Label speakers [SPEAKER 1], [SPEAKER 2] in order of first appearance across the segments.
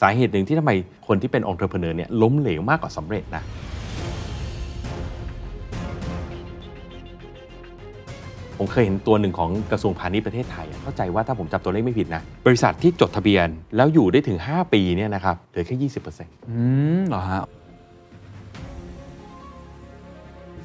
[SPEAKER 1] สาเหตุหนึ่งที่ทำไมคนที่เป็นองค์ประกอบเนี่ยล้มเหลวมากกว่าสำเร็จนะ ผมเคยเห็นตัวหนึ่งของกระทรวงพาณิชย์ประเทศไทยอะเข้าใจว่าถ้าผมจับตัวเลขไม่ผิดนะ บริษัทที่จดทะเบียนแล้วอยู่ได้ถึง 5 ปีเนี่ยนะครับเหลือแค่ 20%
[SPEAKER 2] อืมเหรอฮะ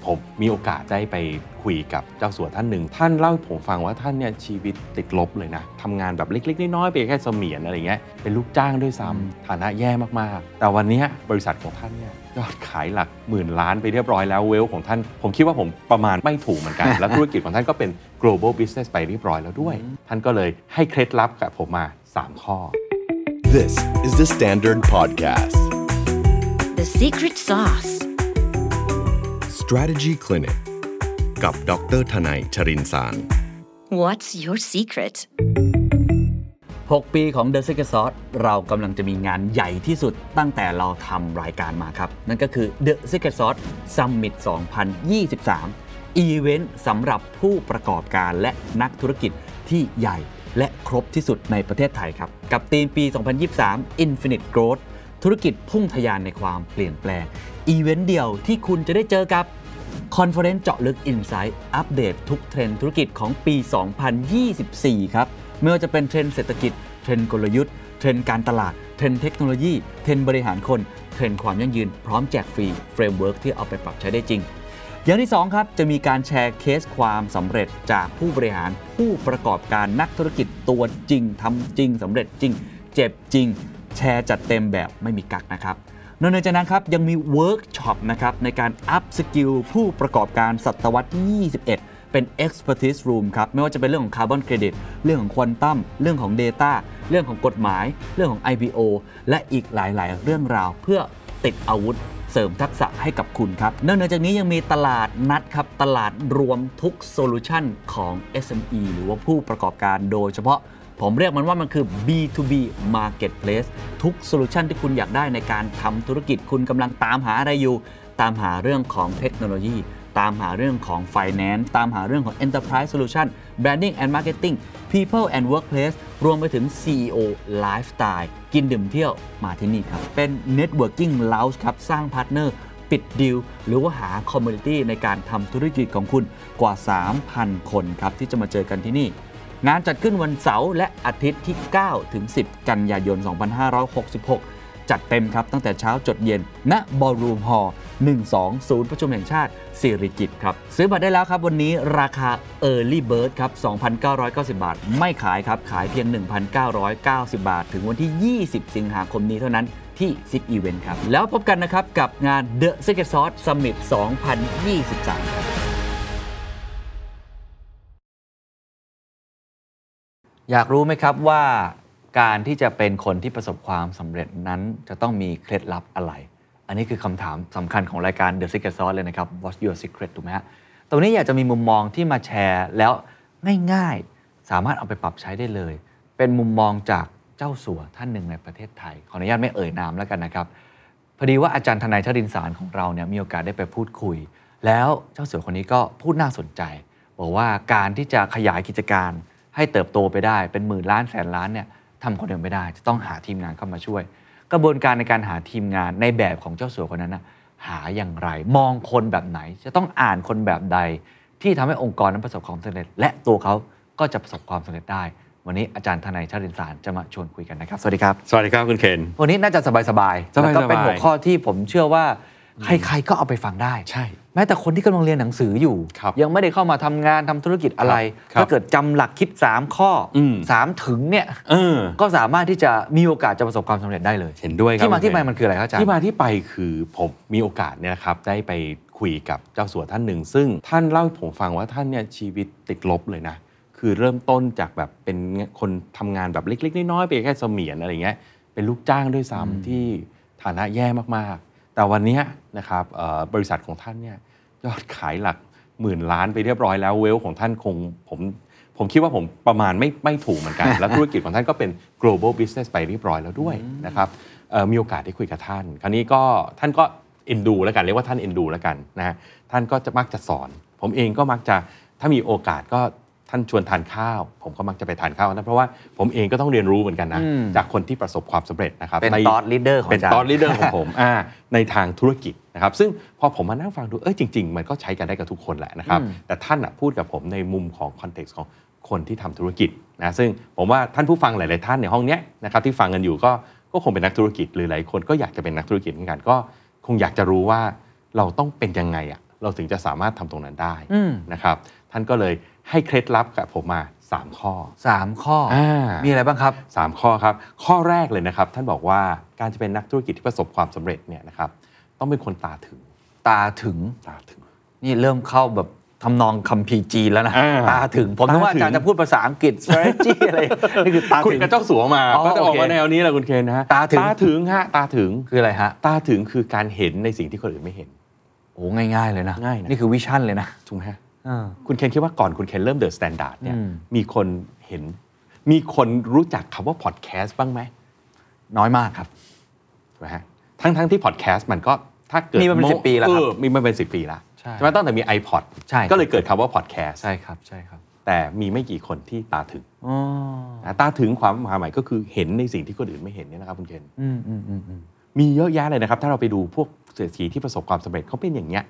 [SPEAKER 1] ผมมีโอกาสได้ไปคุยกับเจ้าสัวท่านหนึ่ง ท่านเล่าให้ผมฟังว่าท่านเนี่ยชีวิตติดลบเลยนะทำงานแบบเล็ก ๆ น้อยๆไปแค่เสมียนอะไรเงี้ยเป็นลูกจ้างด้วยซ้ำฐานะแย่มากๆ แต่วันเนี้ยบริษัทของท่านเนี่ยยอดขายหลักหมื่นล้านไปเรียบร้อยแล้วเวลของท่าน ผมคิดว่าผมประมาณไม่ถูกเหมือนกัน และธุรกิจของท่านก็เป็น global business ไปเรียบร้อยแล้วด้วย ท่านก็เลยให้เคล็ดลับกับผมมาสามข้อ
[SPEAKER 3] This is the Standard Podcast.
[SPEAKER 4] The secret sauce.
[SPEAKER 3] Strategy Clinic กับดรทนายชรินสาร
[SPEAKER 4] What's your secret?
[SPEAKER 2] 6 ปีของ The Secret Sauce เรากำลังจะมีงานใหญ่ที่สุดตั้งแต่เราทำรายการมาครับ นั่นก็คือ The Secret Sauce Summit 2023 อีเวนต์สำหรับผู้ประกอบการและนักธุรกิจที่ใหญ่และครบที่สุดในประเทศไทยครับ กับธีมปี 2023 Infinite Growth ธุรกิจพุ่งทะยานในความเปลี่ยนแปลง อีเวนต์เดียวที่คุณจะได้เจอกับ คอนเฟอเรนซ์เจาะลึก Insight อัปเดตทุกเทรนด์ธุรกิจของปี 2024 ครับ ไม่ว่าจะเป็นเทรนด์เศรษฐกิจ เทรนด์กลยุทธ์ เทรนด์การตลาด เทรนด์เทคโนโลยี เทรนด์บริหารคน เทรนด์ความยั่งยืน พร้อมแจกฟรีเฟรมเวิร์กที่เอาไปปรับใช้ได้จริง อย่างที่ 2 ครับ จะมีการแชร์เคสความสำเร็จจากผู้บริหารผู้ประกอบการนักธุรกิจตัวจริงทำจริงสำเร็จจริง เจ็บจริง แชร์จัดเต็มแบบไม่มีกักนะครับ นอกจากนั้นครับ ยังมีเวิร์กช็อปนะครับในการอัพสกิลผู้ประกอบการศตวรรษที่ 21 เป็น expertise room ครับ ไม่ว่าจะเป็นเรื่องของคาร์บอนเครดิตเรื่องของควอนตัมเรื่องของ Data เรื่องของกฎหมาย เรื่องของ IPO และอีกหลาย ๆ เรื่องราวเพื่อติดอาวุธ เสริมทักษะให้กับคุณครับ นอกจากนี้ยังมีตลาดนัดครับ ตลาดรวมทุกโซลูชันของ SME หรือว่าผู้ประกอบการโดยเฉพาะ ผมเรียกมันว่ามันคือ B2B Marketplace ทุกโซลูชันที่คุณอยากได้ในการทำธุรกิจคุณกำลังตามหาอะไรอยู่ ตามหาเรื่องของเทคโนโลยี ตามหาเรื่องของ Finance ตามหาเรื่องของ Enterprise Solution Branding and Marketing People and Workplace รวมไปถึง CEO Lifestyle กินดื่มเที่ยวมาที่นี่ครับ เป็น Networking Lounge ครับ สร้างพาร์ทเนอร์ ปิดดีล หรือว่าหาคอมมูนิตี้ในการทำธุรกิจของคุณกว่า 3,000 คนครับ ที่จะมาเจอกันที่นี่ งานจัดขึ้นวันเสาร์และอาทิตย์ที่ 9 ถึง 10 กันยายน 2566 จัดเต็มครับ ตั้งแต่เช้าจดเย็น ณบอลรูมฮอล12 ศูนย์ประชุมแห่งชาติสิริกิติ์ครับ ซื้อบัตรได้แล้วครับ วันนี้ราคา Early Bird ครับ 2,990 บาท ไม่ขายครับ ขายเพียง 1,990 บาท ถึงวันที่ 20 สิงหาคมนี้เท่านั้น ที่ 10 Event ครับ แล้วพบกันนะครับ กับงาน The Secret Sauce Summit 2023 ครับ อยากรู้ไหมครับว่าการที่จะเป็นคนที่ประสบความสำเร็จนั้นจะต้องมีเคล็ดลับอะไร อันนี้คือคำถามสำคัญของรายการ The Secret Sauce เลยนะครับ What's your secret ถูกไหมฮะตรงนี้อยากจะมีมุมมองที่มาแชร์แล้วง่ายๆ สามารถเอาไปปรับใช้ได้เลย เป็นมุมมองจากเจ้าสัวท่านหนึ่งในประเทศไทย ขออนุญาตไม่เอ่ยนามแล้วกันนะครับ พอดีว่าอาจารย์ทนายชรินสารของเราเนี่ยมีโอกาสได้ไปพูดคุย แล้วเจ้าเสือคนนี้ก็พูดน่าสนใจ บอกว่าการที่จะขยายกิจการให้เติบโตไปได้เป็นหมื่นล้านแสนล้านเนี่ยทำคนเดียวไม่ได้ จะต้องหาทีมงานเข้ามาช่วย กระบวนการในการหาทีมงานในแบบของเจ้าเสือคนนั้นนะหาอย่างไร มองคนแบบไหน จะต้องอ่านคนแบบใด ที่ทำให้องค์กรนั้นประสบความสำเร็จ และตัวเขาก็จะประสบความสำเร็จได้ วันนี้อาจารย์ทนายชรินสารจะมาชวนคุยกันนะครับสวัสดีครับ
[SPEAKER 1] สวัสดีครับคุณเคน
[SPEAKER 2] วันนี้น่าจะสบายสบายๆ
[SPEAKER 1] สบายๆ
[SPEAKER 2] แล้วก็เป็นหัวข้อที่ผมเชื่อว่าใครๆก็เอาไปฟังได้
[SPEAKER 1] ใช่
[SPEAKER 2] แม้แต่คนที่กำลังเรียนหนังสืออยู่
[SPEAKER 1] ครับ
[SPEAKER 2] ยังไม่ได้เข้ามาทำงานทำธุรกิจอะไร
[SPEAKER 1] ครับ
[SPEAKER 2] ถ้าเกิดจำหลักคิด 3 ข้ออ
[SPEAKER 1] ม
[SPEAKER 2] สามถึงเนี่ย
[SPEAKER 1] เออ
[SPEAKER 2] ก็สามารถที่จะมีโอกาสจะประสบความสำเร็จได้เลย
[SPEAKER 1] เห็นด้วยครับ
[SPEAKER 2] ที่มา
[SPEAKER 1] คุณ
[SPEAKER 2] ที่ไป
[SPEAKER 1] เคน
[SPEAKER 2] มันคืออะไรครับอาจารย์
[SPEAKER 1] ที่มาที่ไปคือผมมีโอกาสเนี่ยนะครับได้ไปคุยกับเจ้าสัวท่านหนึ่ง ซึ่งท่านเล่าให้ผมฟังว่าท่านเนี่ยชีวิตติดลบเลยนะ คือเริ่มต้นจากแบบเป็นคนทำงานแบบเล็ก ๆ น้อยๆไปแค่เสมียนอะไรเงี้ยเป็นลูกจ้างด้วยซ้ำที่ฐานะแย่มากๆ แต่วันเนี้ยนะครับเอ่อบริษัทของท่านเนี่ยยอดขายหลักหมื่นล้านไปเรียบร้อยแล้วเวลของท่านคงผม ผมคิดว่าผมประมาณไม่ไม่ถูกเหมือน กัน และธุรกิจของท่านก็เป็น global business ไปเรียบร้อยแล้วด้วยนะครับเอ่อมีโอกาสได้คุยกับท่าน คราวนี้ก็ท่านก็เอ็นดูแล้วกันเรียกว่าท่านเอ็นดูแล้วกันนะฮะท่านก็จะมักจะสอน ผมเองก็มักจะถ้ามีโอกาสก็ ท่านชวนทานข้าว ผมก็มักจะไปทานข้าวนะเพราะว่าผมเองก็ต้องเรียนรู้เหมือนกันนะ
[SPEAKER 2] อืม
[SPEAKER 1] จากคนที่ประสบความสำเร็จนะครับ
[SPEAKER 2] เป็น
[SPEAKER 1] ใน
[SPEAKER 2] ตอดลีดเดอร์ของ
[SPEAKER 1] เป็น
[SPEAKER 2] อาจารย์
[SPEAKER 1] ตอนลีดเดอร์ของผม อ่าในทางธุรกิจนะครับ ซึ่งพอผมมานั่งฟังดู เอ้ยจริง ๆ มันก็ใช้กันได้กับทุกคนแหละนะครับ
[SPEAKER 2] อืม
[SPEAKER 1] แต่ท่านอ่ะพูดกับผมในมุมของคอนเท็กซ์ของคนที่ทำธุรกิจนะซึ่งผมว่าท่านผู้ฟังหลาย ๆ ท่านในห้องเนี้ยนะครับที่ฟังกันอยู่ก็ก็คงเป็นนักธุรกิจหรือหลายคนก็อยากจะเป็นนักธุรกิจเหมือนกันก็คงอยากจะรู้ว่าเราต้องเป็นยังไงอ่ะเราถึงจะสามารถทำตรงนั้นได้
[SPEAKER 2] อืม
[SPEAKER 1] นะครับท่านก็เลยให้เคล็ดลับกับผมมา 3 ข้อ
[SPEAKER 2] สามข้ออ
[SPEAKER 1] อ่า
[SPEAKER 2] มีอะไรบ้างครับ
[SPEAKER 1] สามข้อครับ ข้อแรกเลยนะครับ ท่านบอกว่าการจะเป็นนักธุรกิจที่ประสบความสำเร็จเนี่ยนะครับต้องเป็นคนตาถึง
[SPEAKER 2] ตาถึง
[SPEAKER 1] ตาถึง
[SPEAKER 2] นี่เริ่มเข้าแบบทำนองคัมภีร์จีนแล้วนะ
[SPEAKER 1] อ่า
[SPEAKER 2] ตาถึง ผมนึกว่า
[SPEAKER 1] ตาถึ
[SPEAKER 2] อาง จารย์จะพูดภาษาอังกฤษ strategy อะไร นี่คือตา
[SPEAKER 1] คุย
[SPEAKER 2] ถึง
[SPEAKER 1] กับเจ้าสัวมา
[SPEAKER 2] อ๋อ
[SPEAKER 1] ก็จะออกมา
[SPEAKER 2] โอเค
[SPEAKER 1] แนวนี้แหละคุณเคนนะฮะ
[SPEAKER 2] ตาถึง
[SPEAKER 1] ตาถึงฮะตาถึง
[SPEAKER 2] คืออะไรฮะ
[SPEAKER 1] ตาถึงคือการเห็นในสิ่งที่คนอื่นไม่เห็น
[SPEAKER 2] โอ้ง่าย ๆ เลยนะ
[SPEAKER 1] ง่ายนะ
[SPEAKER 2] นี่คือวิชั่นเลยนะ
[SPEAKER 1] ถูกไหมฮะ
[SPEAKER 2] อ่า
[SPEAKER 1] คุณเคนคิดว่าก่อนคุณเคนเริ่มเดอะสแตนดาร์ดเนี่ย
[SPEAKER 2] อืม
[SPEAKER 1] มีคนเห็น มีคนรู้จักคำว่าพอดแคสต์บ้างไหม
[SPEAKER 2] น้อยมากครับ
[SPEAKER 1] ถูกไหมฮะทั้งทั้งที่พอดแคสต์มันก็ถ้าเกิด
[SPEAKER 2] มีมาเป็น
[SPEAKER 1] โ
[SPEAKER 2] สิบปีแล้วครับ
[SPEAKER 1] เออมีมาเป็นสิบปีละ
[SPEAKER 2] ใช่
[SPEAKER 1] ไหมตั้งแต่มี iPod
[SPEAKER 2] ใช่ครับ
[SPEAKER 1] ก็เลยเกิดคำว่าพอดแคสต์
[SPEAKER 2] ใช่ครับ ใช่ครับ
[SPEAKER 1] แต่มีไม่กี่คนที่ตาถึง
[SPEAKER 2] อ๋อ
[SPEAKER 1] นะตาถึงความหมายใหม่ก็คือเห็นในสิ่งที่คนอื่นไม่เห็นเนี่ยนะครับคุณเคน
[SPEAKER 2] อืมอืมอืมอืม
[SPEAKER 1] มีเยอะแยะเลยนะครับ ถ้าเราไปดูพวกเศรษฐีที่ประสบความสำเร็จเขาเป็นอย่างเนี้ย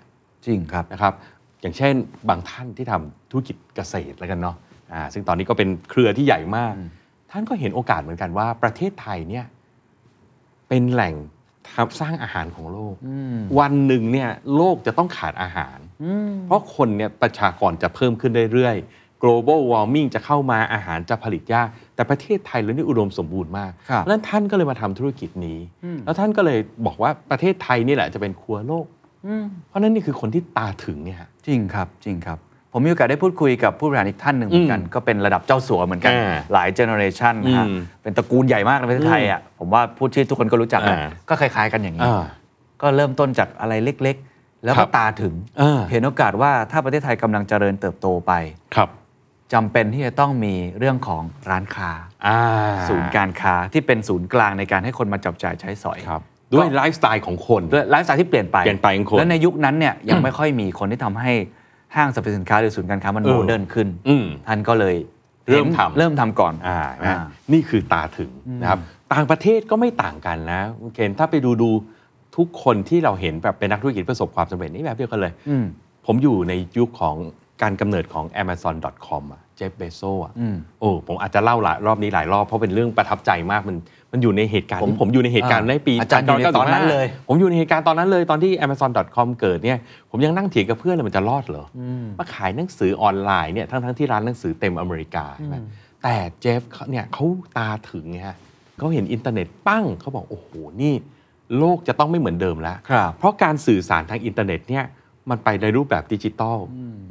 [SPEAKER 2] จริงครับ
[SPEAKER 1] นะครับอย่างเช่นบางท่านที่ทำธุรกิจเกษตรแล้วกันเนาะอ่าซึ่งตอนนี้ก็เป็นเครือที่ใหญ่มาก ท่านก็เห็นโอกาสเหมือนกันว่าประเทศไทยเนี่ยเป็นแหล่งทำสร้างอาหารของโลก
[SPEAKER 2] อืม
[SPEAKER 1] วันหนึ่งเนี่ยโลกจะต้องขาดอาหาร เพราะคนเนี่ยประชากรจะเพิ่มขึ้นเรื่อยๆ global warming จะเข้ามาอาหารจะผลิตยาก แต่ประเทศไทยเรานี่อุดมสมบูรณ์มาก
[SPEAKER 2] ครับ
[SPEAKER 1] เพราะฉะนั้นท่านก็เลยมาทำธุรกิจนี้
[SPEAKER 2] อืม
[SPEAKER 1] แล้วท่านก็เลยบอกว่าประเทศไทยนี่แหละจะเป็นครัวโลก เพราะฉะนั้นนี่คือคนที่ตาถึงเนี่ยฮะ
[SPEAKER 2] จริงครับจริงครับ ผมมีโอกาสได้พูดคุยกับผู้บริหารอีกท่านหนึ่งเหมือนกัน
[SPEAKER 1] อืม
[SPEAKER 2] ก็เป็นระดับเจ้าสัวเหมือนกัน
[SPEAKER 1] อ่า
[SPEAKER 2] หลายเจเนอเรชันนะฮะ
[SPEAKER 1] อืม
[SPEAKER 2] เป็นตระกูลใหญ่มากในประเทศไทยอ่ะผมว่าพูดชื่อทุกคนก็รู้จักนะ
[SPEAKER 1] อ่า
[SPEAKER 2] ก็คล้าย ๆ กันอย่างนี้
[SPEAKER 1] อ่า
[SPEAKER 2] ก็เริ่มต้นจากอะไรเล็กๆ แล้ว
[SPEAKER 1] ครั
[SPEAKER 2] ก็
[SPEAKER 1] บ
[SPEAKER 2] ตาถึง
[SPEAKER 1] อ่า
[SPEAKER 2] เห็นโอกาสว่าถ้าประเทศไทยกำลังเจริญเติบโตไป
[SPEAKER 1] ครับ
[SPEAKER 2] จำเป็นที่จะต้องมีเรื่องของร้านค้า
[SPEAKER 1] อ่า
[SPEAKER 2] ศูนย์การค้าที่เป็นศูนย์กลางในการให้คนมาจับจ่ายใช้สอย
[SPEAKER 1] ครับด้วยไลฟ์สไตล์ของคน
[SPEAKER 2] ด้วยไลฟ์สไตล์ที่เปลี่ยนไป
[SPEAKER 1] เปลี่ยนไปของคน
[SPEAKER 2] แล้วในยุคนั้นเนี่ยยังไม่ค่อยมีคนที่ทำให้ห้างสรรพสินค้าหรือศูนย์การค้ามัน
[SPEAKER 1] เออ
[SPEAKER 2] โมเดิร์นขึ้น
[SPEAKER 1] อืม
[SPEAKER 2] ท่านก็เลย
[SPEAKER 1] เริ่มทำ
[SPEAKER 2] เริ่มทำก่อน
[SPEAKER 1] อ่าเห็นไหม
[SPEAKER 2] อ่า
[SPEAKER 1] นี่คือตาถึงนะครับต่างประเทศก็ไม่ต่างกันนะคุณเคนถ้าไปดูดูทุกคนที่เราเห็นแบบเป็นนักธุรกิจประสบความสำเร็จนี่แบบเดียวกันเลย
[SPEAKER 2] อืม
[SPEAKER 1] ผมอยู่ในยุคของการกำเนิดของ Amazon.com อะเจฟเบโซอะ
[SPEAKER 2] อืม
[SPEAKER 1] โอ้ผมอาจจะเล่าหลายรอบนี้หลายรอบเพราะเป็นเรื่องประทับใจมากมันมันอยู่ในเหตุการณ์
[SPEAKER 2] ผม
[SPEAKER 1] ที่ผมอยู่ในเหตุการณ์
[SPEAKER 2] อ่า
[SPEAKER 1] ในปี
[SPEAKER 2] อาจารย์อยู่ในตอนนั้นเลย
[SPEAKER 1] ผมอยู่ในเหตุการณ์ตอนนั้นเลยตอนที่ Amazon.com เกิดเนี่ยผมยังนั่งเถียงกับเพื่อนเลยมันจะรอดเหรอ
[SPEAKER 2] อืม
[SPEAKER 1] มาขายหนังสือออนไลน์เนี่ยทั้งทั้งๆที่ร้านหนังสือเต็มอเมริกาใช่ไหมแต่เจฟเขาเนี่ยเขาตาถึงไงฮะเขาเห็นอินเทอร์เน็ตปั้งเขาบอก โอ้โห นี่โลกจะต้องไม่เหมือนเดิมแล้ว
[SPEAKER 2] ครับ
[SPEAKER 1] เพราะการสื่อสารทางอินเทอร์เน็ตเนี่ยมันไปในรูปแบบดิจิตอล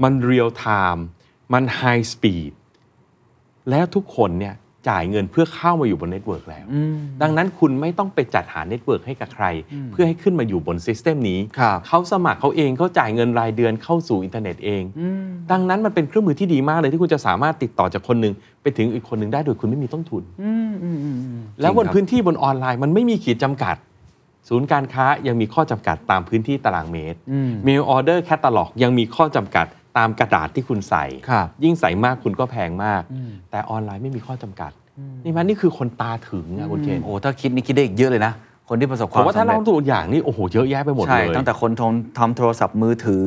[SPEAKER 1] มันเรียลไทม์มันไฮสปีดแล้วทุกคนเนี่ยจ่ายเงินเพื่อเข้ามาอยู่บนเน็ตเวิร์กแล้ว
[SPEAKER 2] อืม
[SPEAKER 1] ดังนั้นคุณไม่ต้องไปจัดหาเน็ตเวิร์กให้กับใคร เพื่อให้ขึ้นมาอยู่บนซิสเต็มนี้
[SPEAKER 2] ครับ
[SPEAKER 1] เขาสมัครเขาเองเขาจ่ายเงินรายเดือนเข้าสู่อินเทอร์เน็ตเอง
[SPEAKER 2] อืม
[SPEAKER 1] ดังนั้นมันเป็นเครื่องมือที่ดีมากเลยที่คุณจะสามารถติดต่อจากคนหนึ่งไปถึงอีกคนหนึ่งได้โดยคุณไม่มีต้นทุน
[SPEAKER 2] อืมอืมอืมอืม
[SPEAKER 1] แล้วบน
[SPEAKER 2] จริงครับ
[SPEAKER 1] พื้นที่บนออนไลน์มันไม่มีขีดจำกัด ศูนย์การค้ายังมีข้อจำกัดตามพื้นที่ตารางเมตร
[SPEAKER 2] อืม
[SPEAKER 1] เมลออเดอร์แคตตาล็อกยังมีข้อจำกัดตามกระดาษที่คุณใส่
[SPEAKER 2] ครับ
[SPEAKER 1] ยิ่งใส่มากคุณก็แพงมาก แต่ออนไลน์ไม่มีข้อจำกัด นี่มันนี่คือคนตาถึงนะคุณเคน
[SPEAKER 2] โอ้ถ้าคิดนี่คิดได้อีกเยอะเลยนะ คนที่ประสบ
[SPEAKER 1] ผ
[SPEAKER 2] ความ
[SPEAKER 1] มว่าถ้า
[SPEAKER 2] สำเร็
[SPEAKER 1] เล่า
[SPEAKER 2] จ
[SPEAKER 1] ตัวอย่างนี่โอ้โหเยอะแยะไปหมดเล
[SPEAKER 2] ใช่
[SPEAKER 1] ย
[SPEAKER 2] ตั้งแต่คนทำทำโทรศัพท์มือถือ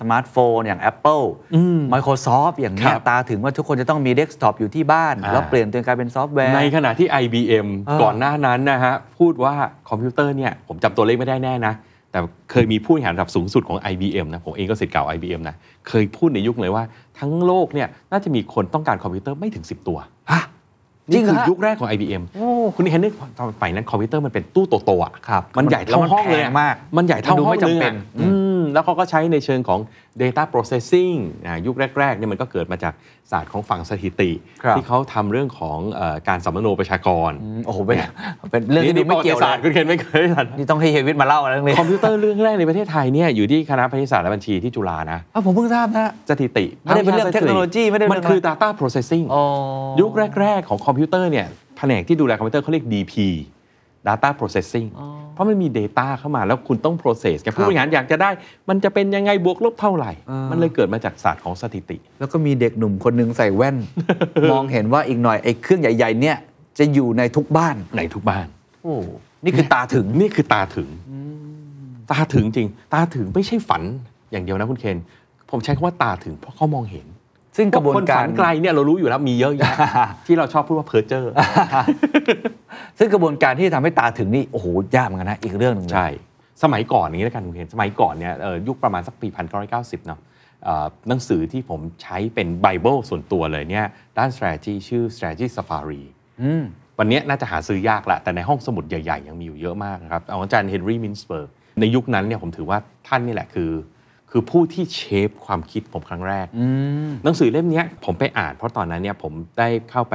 [SPEAKER 2] สมาร์ทโฟนอย่าง Apple
[SPEAKER 1] อืม
[SPEAKER 2] Microsoft อย่างเงี้
[SPEAKER 1] ค
[SPEAKER 2] ย
[SPEAKER 1] รับ
[SPEAKER 2] ตาถึงว่าทุกคนจะต้องมีเดสก์ท็อปอยู่ที่บ้าน
[SPEAKER 1] อ่า
[SPEAKER 2] แล้วเปลี่ยนตัวเองกลายเป็นซอฟต์แวร์
[SPEAKER 1] ในขณะที่ IBM
[SPEAKER 2] เออ
[SPEAKER 1] ก่อนหน้านั้นนะฮะพูดว่าคอมพิวเตอร์เนี่ยผมจำตัวเลขไม่ได้แน่นะ แต่เคยมีผู้บริหารระดับสูงสุดของ IBM นะ ผมเองก็สิทธิ์เก่า IBM นะ เคยพูดในยุคเลยว่าทั้งโลกเนี่ยน่าจะมีคนต้องการคอมพิวเตอร์ไม่ถึง 10 ตัว
[SPEAKER 2] ฮะจริ
[SPEAKER 1] นี่
[SPEAKER 2] งเหรอ
[SPEAKER 1] คือ
[SPEAKER 2] ฮะ
[SPEAKER 1] ยุคแรกของ IBM
[SPEAKER 2] โอ้
[SPEAKER 1] คุณเห็นนึกตอนสมัยนั้นคอมพิวเตอร์มันเป็นตู้โตๆอ่ะ
[SPEAKER 2] ครับ
[SPEAKER 1] มันใหญ่เท่าห้องเลย
[SPEAKER 2] แล้วมั
[SPEAKER 1] อะ
[SPEAKER 2] นแพงมาก
[SPEAKER 1] มันใหญ่เท่า
[SPEAKER 2] มันดู
[SPEAKER 1] ห้อ
[SPEAKER 2] ไม่
[SPEAKER 1] งนึง
[SPEAKER 2] จำเป็
[SPEAKER 1] อะ
[SPEAKER 2] น
[SPEAKER 1] อืมแล้วเขาก็ใช้ในเชิงของ data processing อ่ายุคแรกๆเนี่ยมันก็เกิดมาจากศาสตร์ของฝั่งสถิติ
[SPEAKER 2] ครับ
[SPEAKER 1] ที่เขาทำเรื่องของเอ่อการสัมมโนประชากร
[SPEAKER 2] อืมโอ้โหเป็นเป็นเรื่องที่ดูไม่เกี่ยว
[SPEAKER 1] ประวัติ
[SPEAKER 2] เล
[SPEAKER 1] ศาสต
[SPEAKER 2] ย
[SPEAKER 1] ร์คุณเคนไม่เคยทัน
[SPEAKER 2] นี่ต้องให้เฮยวิทย์มาเล่าเรื่องนี้
[SPEAKER 1] คอมพิวเตอร์เรื่องแรกในประเทศไทยเนี่ยอยู่ที่คณะแพทยศาสตร์และบัญชีที่จุฬานะ
[SPEAKER 2] อ้าวผมเพิ่งทราบนะ
[SPEAKER 1] สถิติ
[SPEAKER 2] ไม่ได้เป็นเรื่องเทคโนโลยีไม่ได้เป็น
[SPEAKER 1] มัน
[SPEAKER 2] เรื่อง
[SPEAKER 1] คือ data processing
[SPEAKER 2] อ๋อ
[SPEAKER 1] ยุคแรก ๆ ของคอมพิวเตอร์เนี่ยแผนกที่ดูแลคอมพิวเตอร์เขาเรียก DP Data Processing เพราะมันมี Data เข้ามาแล้วคุณต้อง process ไงผู้บริหารอยากจะได้ มันจะเป็นยังไงบวกลบเท่าไหร่
[SPEAKER 2] อ่ามั
[SPEAKER 1] มันเลยเกิดมาจากศาสตร์ของสถิติ
[SPEAKER 2] แล้วก็มีเด็กหนุ่มคนหนึงใส่ แว่น มองเห็นว่าอีกหน่อยไอ้เครื่องใหญ่ ๆ เนี่ยจะอยู่ในทุกบ้าน
[SPEAKER 1] ในทุกบ้าน
[SPEAKER 2] โอ้นี่คือตาถึง
[SPEAKER 1] นี่คือตาถึง ตาถึงจริง ตาถึงไม่ใช่ฝันอย่างเดียวนะคุณเคน ผมใช้คำว่าตาถึงเพราะเขามองเห็น
[SPEAKER 2] ซึ่งกระบวน
[SPEAKER 1] คน
[SPEAKER 2] กา
[SPEAKER 1] ฝั
[SPEAKER 2] ร
[SPEAKER 1] นไกลเนี่ยเรารู้อยู่แล้วมีเยอะ แยะ ที่เราชอบพูดว่าเพ้อเจอร์
[SPEAKER 2] ซึ่งกระบวนการที่ทำให้ตาถึงนี่โอ้โหยากเหมือนกันนะ อีกเรื่องหนึงนะ
[SPEAKER 1] ใช่ สมัยก่อนอย่างนี้แล้วกันคุณเคนสมัยก่อนเนี่ยเอ่อยุคประมาณสักปี 1990 เนาะเอ่อหนังสือที่ผมใช้เป็นไบเบิลส่วนตัวเลยเนี่ยด้าน strategy ชื่อ strategy safari
[SPEAKER 2] อืม
[SPEAKER 1] วันนี้น่าจะหาซื้อยากแหละ แต่ในห้องสมุดใหญ่ ๆ ยังมีอยู่เยอะมากนะครับเอาอาจารย์เฮนรี่มินสเบิร์กในยุคนั้นเนี่ยผมถือว่าท่านนี่แหละคือ คือผู้ที่เชฟความคิดผมครั้งแรก
[SPEAKER 2] อืม
[SPEAKER 1] หนังสือเล่มเนี้ยผมไปอ่านเพราะตอนนั้นเนี่ยผมได้เข้าไป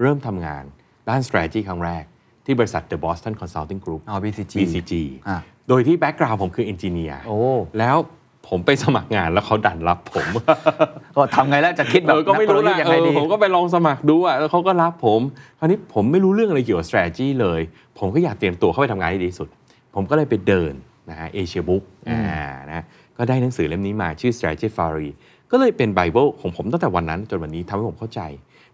[SPEAKER 1] เริ่มทำงานด้าน strategy ครั้งแรก ที่บริษัท The Boston Consulting Group
[SPEAKER 2] อ๋อ BCG
[SPEAKER 1] BCG
[SPEAKER 2] อ่ะ
[SPEAKER 1] โดยที่แบ็กกราวผมคือเอนจิเนียร์
[SPEAKER 2] โอ้
[SPEAKER 1] แล้วผมไปสมัครงานแล้วเขาดันรับผม
[SPEAKER 2] ก็ทำไงแล้วจะคิดแบบ
[SPEAKER 1] เออก็ไม่รู้
[SPEAKER 2] นั
[SPEAKER 1] ละ
[SPEAKER 2] กกลยุทธ์ยัง
[SPEAKER 1] เอ
[SPEAKER 2] ไง
[SPEAKER 1] อ
[SPEAKER 2] ดี
[SPEAKER 1] ผมก็ไปลองสมัครดูอ่ะแล้วเขาก็รับผม คราวนี้ผมไม่รู้เรื่องอะไรเกี่ยวกับ strategy เลย ผมก็อยากเตรียมตัวเข้าไปทำงานให้ดีที่สุด ผมก็เลยไปเดินนะฮะเอเชียบุ๊กอ่านะก็ได้หนังสือเล่มนี้มาชื่อ strategy f a r i ก็เลยเป็นไบเบิลของผมตั้งแต่วันนั้นจนวันนี้ทำให้ผมเข้าใจ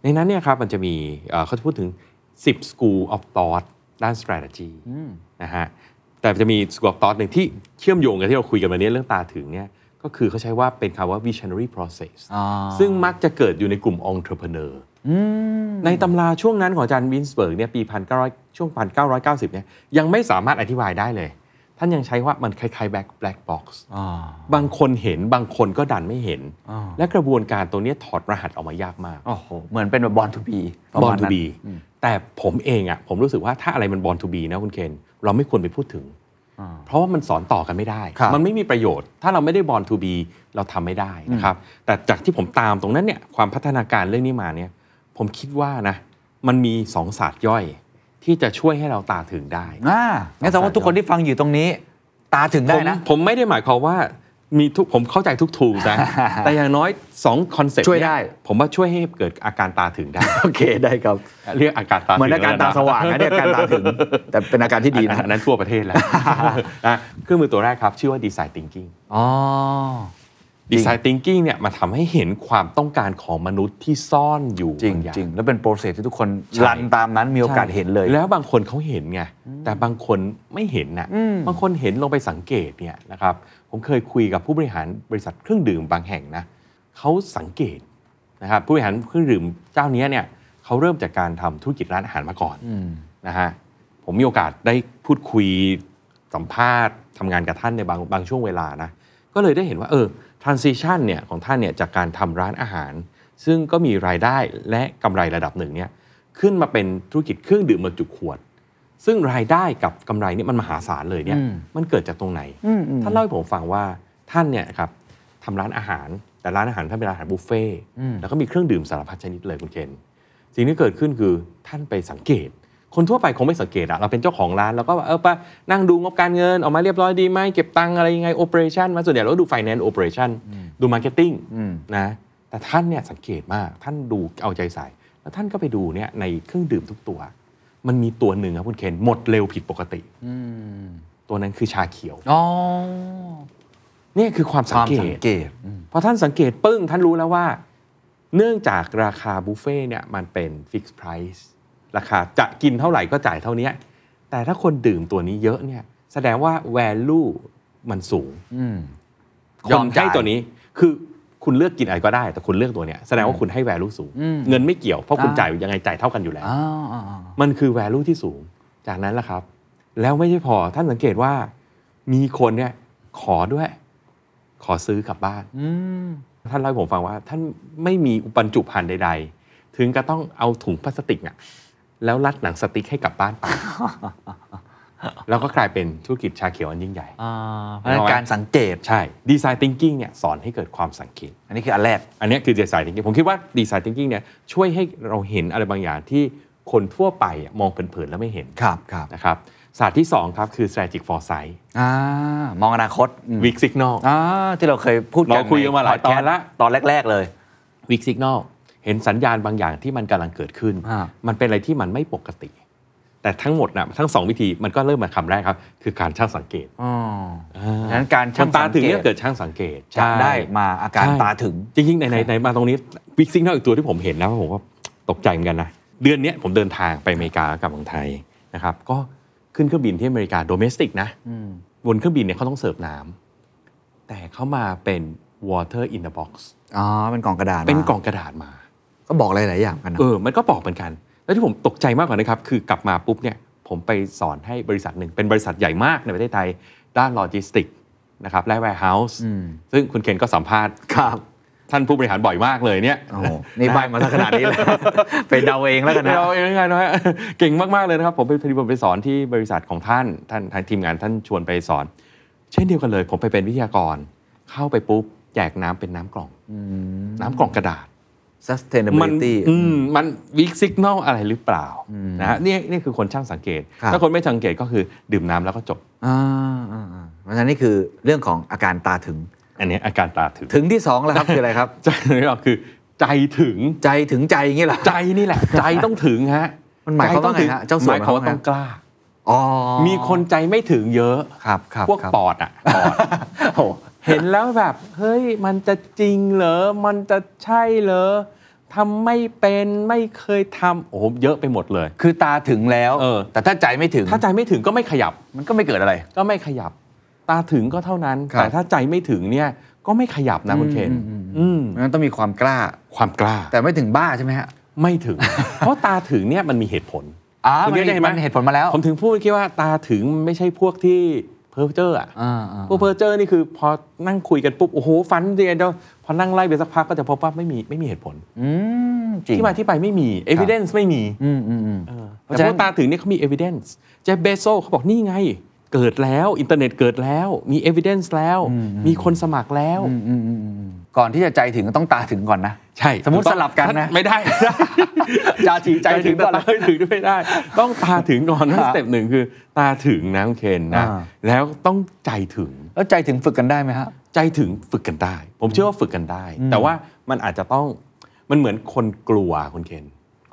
[SPEAKER 1] ในนั้นเนี่ยครับมันจะมีเอ่อเขาจะพูดถึง 10 school of thought ด้าน strategy นะฮะแต่จะมีสกอปตอนหนึ่งที่เชื่อมโยงกับที่เราคุยกันวันนี้เรื่องตาถึงเนี่ยก็คือเขาใช้ว่าเป็นคำว่า visionary process
[SPEAKER 2] อ่า
[SPEAKER 1] ซึ่งมักจะเกิดอยู่ในกลุ่ม entrepreneur ในตำราช่วงนั้นของอาจารย์วินสเบิร์กเนี่ยปี1900ช่วง 1990เนี่ยยังไม่สามารถอธิบายได้เลย ท่านยังใช้ว่ามันคล้ายๆ black black box
[SPEAKER 2] อ่า
[SPEAKER 1] บางคนเห็นบางคนก็ดันไม่เห็น
[SPEAKER 2] อ่า
[SPEAKER 1] และกระบวนการตัวเนี้ยถอดรหัสออกมายากมาก
[SPEAKER 2] โอ้โห เหมือนเป็นแบบบอลทูบี
[SPEAKER 1] บอลทูบีแต่ผมเองอะ่ะผมรู้สึกว่าถ้าอะไรมันบอลทูบีนะคุณเคน เราไม่ควรไปพูดถึง เพราะว่ามันสอนต่อกันไม่ได้
[SPEAKER 2] ครับ
[SPEAKER 1] มันไม่มีประโยชน์ ถ้าเราไม่ได้บอลทูบีเราทำไม่ได้นะครับ แต่จากที่ผมตามตรงนั้นเนี่ยความพัฒนาการเรื่องนี้มาเนี่ยผมคิดว่านะมันมีสองศาสตร์ย่อย ที่จะช่วยให้เราตาถึงได้
[SPEAKER 2] อ่างั้นแสดงว่าทุกคนที่ฟังอยู่ตรงนี้ ตาถึงได้นะ
[SPEAKER 1] ผมผมไม่ได้หมายความว่ามีทุกผมเข้าใจทุกทู นะ แต่อย่างน้อย2คอนเซ็ปต์
[SPEAKER 2] ช่วยได้
[SPEAKER 1] ผมว่าช่วยให้เกิดอาการตาถึง ได้
[SPEAKER 2] โอเคได้ครับ
[SPEAKER 1] เรียกอาการตาถึง
[SPEAKER 2] เหมือนอาการ
[SPEAKER 1] แล้ว
[SPEAKER 2] ตา
[SPEAKER 1] นะ
[SPEAKER 2] สว่างนะเนี่ยอาการตาถึง แต่เป็นอาการที่ดีนะ
[SPEAKER 1] อัอันั้นทั่วประเทศ แล้ว นะเครื่องมือตัวแรกครับ ชื่อว่า Design Thinking
[SPEAKER 2] อ๋อ
[SPEAKER 1] Design Thinking เนี่ยมาทำให้เห็นความต้องการของมนุษย์ที่ซ่อนอยู่
[SPEAKER 2] จริง
[SPEAKER 1] บางอย่าง
[SPEAKER 2] จริงแล้วเป็นโปรเซสที่ทุกคน
[SPEAKER 1] ใช่
[SPEAKER 2] รันตามนั้นมีโอกาสเห็นเลย
[SPEAKER 1] ใช่แล้วบางคนเขาเห็นไงแต่บางคนไม่เห็นนะบางคนเห็นลงไปสังเกตเนี่ยนะครับผมเคยคุยกับผู้บริหารบริษัทเครื่องดื่มบางแห่งนะเขาสังเกตนะครับผู้บริหารเครื่องดื่มเจ้าเนี้ยเนี่ยเขาเริ่มจากการทำธุรกิจร้านอาหารมาก่อนนะฮะผมมีโอกาสได้พูดคุยสัมภาษณ์ทำงานกับท่านในบางบางช่วงเวลานะก็เลยได้เห็นว่าเออ transition เนี่ยของท่านเนี่ยจากการทำร้านอาหาร ซึ่งก็มีรายได้และกำไรระดับหนึ่งเนี่ย ขึ้นมาเป็นธุรกิจเครื่องดื่มบรรจุขวด ซึ่งรายได้กับกำไรเนี่ยมันมหาศาลเลยเนี่ยมันเกิดจากตรงไหนท่านเล่าให้ผมฟังว่าท่านเนี่ยครับทำร้านอาหาร แต่ร้านอาหารท่านเป็นร้านอาหารบุฟเฟ่ต์แล้วก็มีเครื่องดื่มสารพัดชนิดเลยคุณเคนสิ่งที่เกิดขึ้นคือท่านไปสังเกต คนทั่วไปคงไม่สังเกตอะเราเป็นเจ้าของร้านเราก็เออไปนั่งดูงบการเงินออกมาเรียบร้อยดีไหมเก็บตังค์อะไรยังไงโอเปอเรชันมาส่วนใหญ่เราก็ดูไฟแนนซ์โอเปอเรชันดูมาร์เก็ตติ้งนะแต่ท่านเนี่ยสังเกตมากท่านดูเอาใจใส่ แล้วท่านก็ไปดูเนี่ยในเครื่องดื่มทุกตัว มันมีตัวหนึ่งครับคุณเคนหมดเร็วผิดปกติตัวนั้นคือชาเขียว
[SPEAKER 2] อ๋อ
[SPEAKER 1] เนี่ยคือความ
[SPEAKER 2] ค
[SPEAKER 1] สัง
[SPEAKER 2] วาม
[SPEAKER 1] เก
[SPEAKER 2] สัง
[SPEAKER 1] ต
[SPEAKER 2] เกต
[SPEAKER 1] พอท่านสังเกตปึ้งท่านรู้แล้วว่า เนื่องจากราคาบุฟเฟ่ต์เนี่ยมันเป็นฟิกซ์ไพรซ์ราคาจะกินเท่าไหร่ก็จ่ายเท่านี้ แต่ถ้าคนดื่มตัวนี้เยอะเนี่ยแสดงว่า value มันสูง ยอมให้ตัวนี้ คือคุณเลือกกินอะไรก็ได้ แต่คุณเลือกตัวเนี้ยแสดงว่าคุณให้ value สูง เงินไม่เกี่ยวเพราะคุณ
[SPEAKER 2] อ่า
[SPEAKER 1] จ่ายยังไงจ่ายเท่ากันอยู่แล้ว
[SPEAKER 2] อ๋ออ๋ออ๋อ
[SPEAKER 1] มันคือ value ที่สูง จากนั้นล่ะครับ แล้วไม่ใช่พอ ท่านสังเกตว่า มีคนเนี่ยขอด้วย ขอซื้อกลับบ้าน ท่านเล่าให้ผมฟังว่า ท่านไม่มีอุปบรรจุภัณฑ์ใด ๆ ถึงก็ต้องเอาถุงพลาสติกอะแล้วรัดหนังสติ๊กให้กลับบ้านไป แล้วก็กลายเป็นธุรกิจชาเขียวอันยิ่งใหญ่
[SPEAKER 2] อ่าเพราะฉะนั้นการสังเกต
[SPEAKER 1] ใช่ดีไซน์ทิงกิ้งเนี่ยสอนให้เกิดความสังเกต
[SPEAKER 2] อันนี้คืออันแรก
[SPEAKER 1] อันเนี้ยคือดีไซน์ thinking ผมคิดว่าดีไซน์ thinking เนี่ยช่วยให้เราเห็นอะไรบางอย่างที่คนทั่วไปอะมองเผินๆแล้วไม่เห็น
[SPEAKER 2] ครับครับ
[SPEAKER 1] นะครับศาสตร์ที่ 2 ครับ คือ strategic foresight
[SPEAKER 2] อ่ามองอนาคตอืม
[SPEAKER 1] weak signal
[SPEAKER 2] อ่าที่เราเคยพูดกัน
[SPEAKER 1] เราคุยกันมาหลาย
[SPEAKER 2] ใ podcast
[SPEAKER 1] ตอนละ
[SPEAKER 2] ตอนแรก ๆ เลย
[SPEAKER 1] weak signal เห็นสัญญาณบางอย่างที่มันกำลังเกิดขึ้น
[SPEAKER 2] อ่า
[SPEAKER 1] มันเป็นอะไรที่มันไม่ปกติ แต่ทั้งหมดนะทั้งสองวิธีมันก็เริ่มมาคำแรกครับ คือการช่างสังเกต
[SPEAKER 2] อ๋อ
[SPEAKER 1] อ่
[SPEAKER 2] ฉะนั้นการช่าง
[SPEAKER 1] คนตาถึงเนี่ย
[SPEAKER 2] สังเกต
[SPEAKER 1] เกิดช่างสังเกต
[SPEAKER 2] จะ
[SPEAKER 1] ใช่
[SPEAKER 2] ได้มาอาการ
[SPEAKER 1] ใช่
[SPEAKER 2] ตาถึง
[SPEAKER 1] จริงๆในในในมาตรงนี้บิ๊กซิงนอกอีกตัวที่ผมเห็นนะผมก็ตกใจเหมือนกันนะ เดือนเนี้ยผมเดินทางไปอเมริกากลับเมืองไทยนะครับ ก็ขึ้นเครื่องบินที่อเมริกาโดเมสติกนะ
[SPEAKER 2] อืม
[SPEAKER 1] บนเครื่องบินเนี่ยเขาต้องเสิร์ฟน้ำแต่เขามาเป็น water in the box
[SPEAKER 2] อ๋อ เป็นกล่องกระดาษมา
[SPEAKER 1] เป็นกล่องกระดาษมา
[SPEAKER 2] ก็บอกหลายๆอย่างกันนะ
[SPEAKER 1] เออ มันก็บอกเหมือนกัน แล้วที่ผมตกใจมากกว่านะครับ คือกลับมาปุ๊บเนี่ย ผมไปสอนให้บริษัทหนึ่ง เป็นบริษัทใหญ่มากในประเทศไทย ด้านโลจิสติกนะครับ และ warehouse
[SPEAKER 2] ม
[SPEAKER 1] ซึ่งคุณเคนก็สัมภาษณ์
[SPEAKER 2] ครับ
[SPEAKER 1] ท่านผู้บริหารบ่อยมากเลยเนี่ย
[SPEAKER 2] โอ้โหนี่ใบมาซะขนาด นี้แล้ว ไปเดาเองแล้วกันนะ
[SPEAKER 1] เราเองแล้วกันนะฮะ เก่งมาก ๆ เลยนะครับ ผมไปพอดีผมไปสอนที่บริษัทของท่าน ท่านทางทีมงานท่านชวนไปสอน เช่นเดียวกันเลย ผมไปเป็นวิทยากร เข้าไปปุ๊บแจกน้ำเป็นน้ำกล่อง น้ำกล่องกระดาษ มัน
[SPEAKER 2] sustainability
[SPEAKER 1] อืมมันวิกซิกนอลอะไรหรือเปล่านะฮะนี่นี่คือคนช่างสังเกต
[SPEAKER 2] ครับ
[SPEAKER 1] ถ้าคนไม่สังเกตก็คือดื่มน้ำแล้วก็จบ
[SPEAKER 2] อ่าอ่าอ่าเพราะฉะนั้นนี่คือเรื่องของอาการตาถึง
[SPEAKER 1] อันนี้อาการตาถึง
[SPEAKER 2] ถึงที่สองแล้วครับ คืออะไรครับ
[SPEAKER 1] ใจนี่เราคือใจถึง
[SPEAKER 2] ใจถึงใจอย่างนี้เหรอ
[SPEAKER 1] ใจนี่แหละ ใจต้องถึงฮะ
[SPEAKER 2] มันหมายความว่าไงฮะ
[SPEAKER 1] ใจต้อถึ
[SPEAKER 2] เจ้าสัว
[SPEAKER 1] หมายความว่า
[SPEAKER 2] หมายความ
[SPEAKER 1] ต้อ
[SPEAKER 2] ว่า
[SPEAKER 1] งกล้า
[SPEAKER 2] อ๋อ
[SPEAKER 1] มีคนใจไม่ถึงเยอะ
[SPEAKER 2] ครับครับ
[SPEAKER 1] พวก
[SPEAKER 2] ครับ
[SPEAKER 1] ปอดอะปอด เห็นแล้วแบบ เฮ้ย มันจะจริงเหรอ มันจะใช่เหรอทำไม่เป็นไม่เคยทำโอ้โหเยอะไปหมดเลย
[SPEAKER 2] คือตาถึงแล้ว
[SPEAKER 1] เออ
[SPEAKER 2] แต่ถ้าใจไม่ถึง
[SPEAKER 1] ถ้าใจไม่ถึงก็ไม่ขยับ
[SPEAKER 2] มันก็ไม่เกิดอะไร
[SPEAKER 1] ก็ไม่ขยับ ตาถึงก็เท่านั้น
[SPEAKER 2] ครับ
[SPEAKER 1] แต่ถ้าใจไม่ถึงเนี่ยก็ไม่ขยับนะคุณเคน
[SPEAKER 2] อืมอืม
[SPEAKER 1] อืม
[SPEAKER 2] งั้นต้องมีความกล้า
[SPEAKER 1] ความกล้า
[SPEAKER 2] แต่ไม่ถึงบ้าใช่ไหมฮะ
[SPEAKER 1] ไม่ถึง เพราะตาถึงเนี่ยมันมีเหตุผล
[SPEAKER 2] อ่า
[SPEAKER 1] คุณ
[SPEAKER 2] มัน
[SPEAKER 1] เข้าใจไหม
[SPEAKER 2] มันเหตุผลมาแล้ว
[SPEAKER 1] ผมถึงพูดคิดว่าตาถึงไม่ใช่พวกที่เพ้อเจ้ออะ
[SPEAKER 2] อ่าอ่า
[SPEAKER 1] พวกเพอร์เจอร์นี่คือพอนั่งคุยกันปุ๊บ โอ้โห ฟันเดียนเดียวพอนั่งไล่ไปสักพักก็จะพบว่าไม่มีไม่มีเหตุผล
[SPEAKER 2] อืมจริง
[SPEAKER 1] ที่มาที่ไปไม่มี evidence ไม่มี
[SPEAKER 2] อืมอืมอืม
[SPEAKER 1] เออ
[SPEAKER 2] เพราะ
[SPEAKER 1] แต่
[SPEAKER 2] ฉะ
[SPEAKER 1] พ
[SPEAKER 2] นั้
[SPEAKER 1] วน กตาถึงเนี่ยเขามี evidence เจฟเบโซเขาบอกนี่ไง เกิดแล้วอินเทอร์เน็ตเกิดแล้วมี evidence แล้ว มีคนสมัครแล้ว
[SPEAKER 2] อืมอืมอืมอืมก่อนที่จะใจถึงก็ต้องตาถึงก่อน นะ
[SPEAKER 1] ใช่
[SPEAKER 2] สมมุติ
[SPEAKER 1] ถูก
[SPEAKER 2] ส
[SPEAKER 1] อง
[SPEAKER 2] ลับกันนะ
[SPEAKER 1] ไม่ได้
[SPEAKER 2] จะถึงใจถึงก่อน
[SPEAKER 1] ใจถึงแต่ตาไม่ได้ ต้องตาถึงก่อน นั่นสเต็ปหนึ่งคือ ตาถึงนะคุณเคนนะ
[SPEAKER 2] อ่า
[SPEAKER 1] แล้วต้องใจถึง
[SPEAKER 2] แล้วใจถึงฝึกกันได้ไหมฮะ
[SPEAKER 1] ใจถึงฝึกกันได้ ผมเชื่อว่าฝึกกันได้
[SPEAKER 2] อืม
[SPEAKER 1] แต่ว่ามันอาจจะต้องมันเหมือนคนกลัวคุณเคน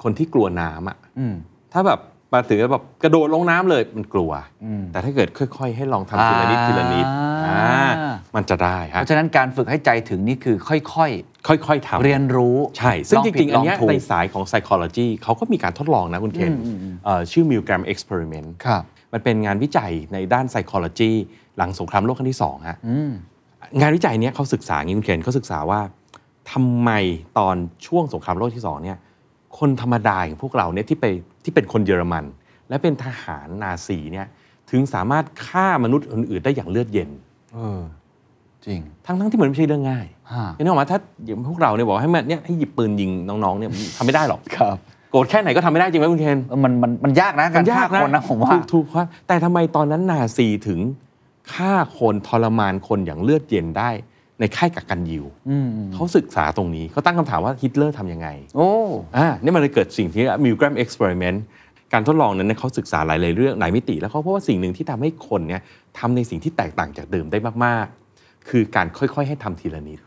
[SPEAKER 1] คนที่กลัวน้ำอะ
[SPEAKER 2] อืม
[SPEAKER 1] ถ้าแบบมาถึงแล้วแบบกระโดดลงน้ำเลยมันกลัว
[SPEAKER 2] อืม
[SPEAKER 1] แต่ถ้าเกิดค่อย ๆ ให้ลองทำทีละนิด
[SPEAKER 2] อ่า
[SPEAKER 1] ทีละนิดอ่ามันจะได้
[SPEAKER 2] เพ
[SPEAKER 1] ฮะ
[SPEAKER 2] ราะฉะนั้นการฝึกให้ใจถึงนี่คือค่อย
[SPEAKER 1] ค่อยๆทำ
[SPEAKER 2] ๆ เรียนรู้
[SPEAKER 1] ใช่ ซึ่ง
[SPEAKER 2] ล
[SPEAKER 1] จ
[SPEAKER 2] ผิด
[SPEAKER 1] ริง ๆ อันเนี้ย
[SPEAKER 2] ลถูก
[SPEAKER 1] ในสายของ psychology เขาก็มีการทดลองนะคุณเคน
[SPEAKER 2] อืมอืมอืม
[SPEAKER 1] เอ่อชื่อ Milgram experiment
[SPEAKER 2] ครับ
[SPEAKER 1] มันเป็นงานวิจัยในด้าน psychology หลังสงครามโลกครั้งที่สองฮะ
[SPEAKER 2] อืม
[SPEAKER 1] งานวิจัยเนี้ยเขาศึกษาอย่างนี้คุณเคนเขาศึกษาว่าทำไมตอนช่วงสงครามโลกที่สองเนี่ยคนธรรมดาอย่างพวกเราเนี่ยที่ไปที่เป็นคนเยอรมัน และเป็นทหารนาซีเนี่ยถึงสามารถฆ่ามนุษย์คนอื่นได้อย่างเลือดเย็น
[SPEAKER 2] เออ จริง
[SPEAKER 1] ทั้งทั้งที่มันไม่ใช่เรื่องง่าย
[SPEAKER 2] ฮะ
[SPEAKER 1] เห็นไหมว่าถ้าอย่างพวกเราเนี่ยบอกให้มันเนี่ยให้หยิบปืนยิงน้องๆเนี่ยทำไม่ได้หรอก
[SPEAKER 2] ครับ
[SPEAKER 1] โกรธแค่ไหนก็ทำไม่ได้จริงไหมคุณเคน
[SPEAKER 2] เออมันมันมันยากนะการฆ่าคนนะผมว่า
[SPEAKER 1] ถูกถูกครับแต่ทำไมตอนนั้นนาซีถึงฆ่าคนทรมานคนอย่างเลือดเย็นได้ในค่ายกักกันยิว
[SPEAKER 2] อืม
[SPEAKER 1] เขาศึกษาตรงนี้เขาตั้งคำถามว่าฮิตเลอร์ทำยังไง
[SPEAKER 2] โอ้
[SPEAKER 1] อ่านี่มันเลยเกิดสิ่งที่มิลแกรมเอ็กซ์เพร์เมนต์การทดลองนั้นเนยเขาศึกษาหลายๆเรื่องหลายมิติ แล้วเขาพบว่าสิ่งหนึ่งที่ทำให้คนเนี่ยทำในสิ่งที่แตกต่างจากเดิมได้มาก ๆ คือการค่อยๆ ให้ทำทีละนิด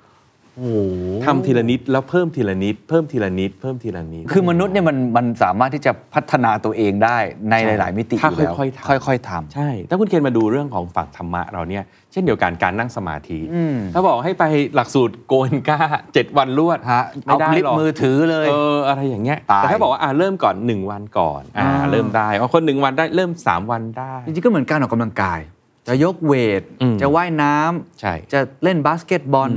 [SPEAKER 1] ทำทีละนิดแล้วเพิ่มทีละนิด เพิ่มทีละนิด เพิ่มทีละนิด
[SPEAKER 2] คือมนุษย์เนี่ยมันมันสามารถที่จะพัฒนาตัวเองได้ใน
[SPEAKER 1] ใช่
[SPEAKER 2] หลาย ๆ มิติ
[SPEAKER 1] ถ้า
[SPEAKER 2] แล้ว
[SPEAKER 1] ค่อยๆทำ
[SPEAKER 2] ค่อยๆทำ
[SPEAKER 1] ใช่ ถ้าคุณเคนมาดูเรื่องของฝั่งธรรมะเราเนี่ย เช่นเดียวกันการนั่งสมาธิ
[SPEAKER 2] อืม
[SPEAKER 1] ถ้าบอกให้ไปหลักสูตรโกนก้าเจ็ดวันรวด
[SPEAKER 2] ฮะ
[SPEAKER 1] ไม่
[SPEAKER 2] เอา
[SPEAKER 1] ได้
[SPEAKER 2] คลิป
[SPEAKER 1] หรอก
[SPEAKER 2] มือถือเลย
[SPEAKER 1] เอออะไรอย่างเงี้ย
[SPEAKER 2] ตาย
[SPEAKER 1] แต่ถ้าบอกว่าอ่าเริ่มก่อน 1 วันก่อนอ่า
[SPEAKER 2] อ่า
[SPEAKER 1] เริ่มได้เอาคนหนึ่งวันได้เริ่ม 3 วันได้
[SPEAKER 2] จริงๆก็เหมือนการออกกำลังกาย จะยกเวท
[SPEAKER 1] อืม
[SPEAKER 2] จะว่ายน้ำ
[SPEAKER 1] ใช่
[SPEAKER 2] จะเล่นบาสเกตบอล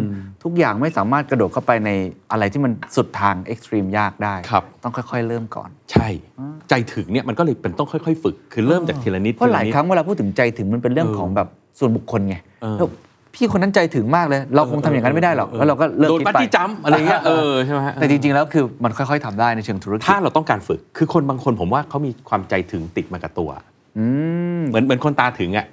[SPEAKER 2] ทุกอย่างไม่สามารถกระโดดเข้าไปในอะไรที่มันสุดทางเอ็กซ์ตรีมยากได้
[SPEAKER 1] ครับ
[SPEAKER 2] ต้องค่อยๆ เริ่มก่อน
[SPEAKER 1] ใช่ ใจถึงเนี่ยมันก็เลยเป็นต้องค่อย ๆ ฝึก คือเริ่มจากทีละนิด
[SPEAKER 2] เพราะหลาย
[SPEAKER 1] ทีนิด
[SPEAKER 2] ครั้งเวลาพูดถึงใจถึงมันเป็นเรื่อง
[SPEAKER 1] เออ
[SPEAKER 2] ของแบบส่วนบุคคลไง
[SPEAKER 1] เออ
[SPEAKER 2] แล้วพี่คนนั้นใจถึงมากเลย เราคงทำอย่างนั้นไม่ได้หรอกแล้วเราก็เลิก
[SPEAKER 1] โดน
[SPEAKER 2] คิด
[SPEAKER 1] บัต
[SPEAKER 2] ไป
[SPEAKER 1] ตี้จัมป์อะไรเงี้ยเออใช่ไหมฮะ
[SPEAKER 2] แต่จริงๆแล้วคือมันค่อยๆทำได้ในเชิงธุรกิจ
[SPEAKER 1] ถ้าเราต้องการฝึกคือคนบางคนผมว่าเขามีความใจถึงติดมากับตัว
[SPEAKER 2] อืม
[SPEAKER 1] เหมือนเหมือนคนตาถึงอ่ะ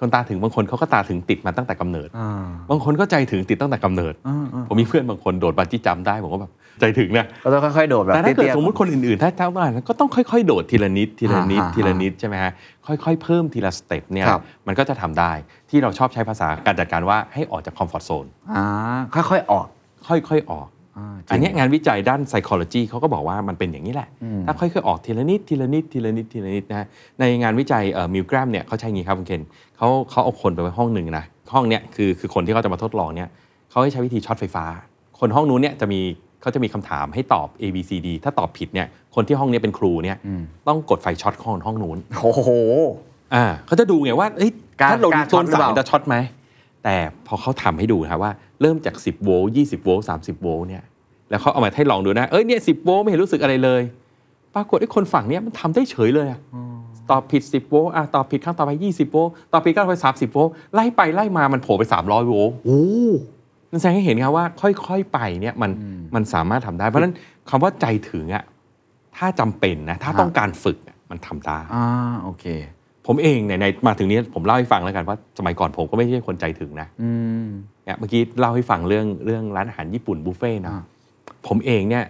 [SPEAKER 1] คนตาถึงบางคนเขาก็ตาถึงติดมาตั้งแต่กำเนิด
[SPEAKER 2] อ่า
[SPEAKER 1] บางคนก็ใจถึงติดตั้งแต่กำเนิด
[SPEAKER 2] อ่าอ่า
[SPEAKER 1] ผมมีเพื่อนบางคนโดดบัตตี้จัมป์ได้ผมก็แบบใจถึงนะ
[SPEAKER 2] ก็ต้องค่อยๆโดดแบบ
[SPEAKER 1] แต่ถ้าเกิด
[SPEAKER 2] ตี้ยๆ
[SPEAKER 1] สมมติคนอื่นๆ ถ้าเท่าไหร่ก็ต้องค่อยๆ โดดทีละนิดทีละนิด
[SPEAKER 2] อ่าฮะ
[SPEAKER 1] ทีละนิดใช่ไหมฮะค่อยๆ เพิ่มทีละสเต็ปเนี่ย
[SPEAKER 2] ครับ
[SPEAKER 1] มันก็จะทำได้ที่เราชอบใช้ภาษาการจัดการว่าให้ออกจากคอมฟอร์ทโซน
[SPEAKER 2] อ่าค่อยๆออก
[SPEAKER 1] ค่อยๆ ออก
[SPEAKER 2] อ่าจริง
[SPEAKER 1] อันเนี้ยงานวิจัยด้าน psychology เขาก็บอกว่ามันเป็นอย่างนี้แหละ ถ้าค่อยๆออกทีละนิดทีละนิดทีละนิดทีละนิดนะฮะในงานวิจัยมิลกรัมเนี่ยเขาใช้อย่างงี้ครับคุณเคนเขาเขาเอาคนไปไว้ห้องหนึ่งนะห้องเนี้ยคือคือคนที่เขาจะมาทดลองเนี่ยเขาให้ใช้วิธีช็อตไฟฟ้า คนห้องนู้นเนี่ยจะมีเขาจะมีคำถามให้ตอบ A B C D ถ้าตอบผิดเนี่ยคนที่ห้องเนี้ยเป็นครูเนี่ยต้องกดไฟช็อตห้องห้องนู้น
[SPEAKER 2] โอ้โห
[SPEAKER 1] อ่าเขาจะดูไงว่าเอ้ย
[SPEAKER 2] กล้า
[SPEAKER 1] ถ้าเรา
[SPEAKER 2] กล้าช็
[SPEAKER 1] โด
[SPEAKER 2] อต
[SPEAKER 1] น
[SPEAKER 2] หรือ
[SPEAKER 1] สาย
[SPEAKER 2] เปล่า
[SPEAKER 1] จะช็อตไหม แต่พอเขาทำให้ดูนะครับว่าเริ่มจาก 10 โวลต์20 โวลต์30 โวลต์เนี่ย แล้วเขาเอามาให้ลองดูนะ เอ้ยเนี่ย10 โวลต์ไม่เห็นรู้สึกอะไรเลย ปรากฏไอ้คนฝั่งเนี้ยมันทำได้เฉยเลยอะตอบผิด 10 โวลต์อ่ะตอบผิดครั้งต่อไป 20 โวลต์ตอบผิดครั้งต่อไป 30 โวลต์ไล่ไปไล่มามันโผล่ไป 300 โวลต์ นั่นแสดงให้เห็นครับว่าค่อยๆไปเนี่ยมันมันสามารถทำได้ เพราะฉะนั้นคำว่าใจถึงอะถ้าจำเป็นนะถ้าต้องการฝึกอะมันทำได้
[SPEAKER 2] อ่าโอเค
[SPEAKER 1] ผมเองในๆมาถึงนี้ผมเล่าให้ฟังแล้วกันว่าสมัยก่อนผมก็ไม่ใช่คนใจถึงนะ
[SPEAKER 2] อืม
[SPEAKER 1] เนี่ยเมื่อกี้เล่าให้ฟังเรื่องเรื่องร้านอาหารญี่ปุ่นบุฟเฟ่ต์นะ
[SPEAKER 2] อ่า
[SPEAKER 1] ผมเองเนี่ย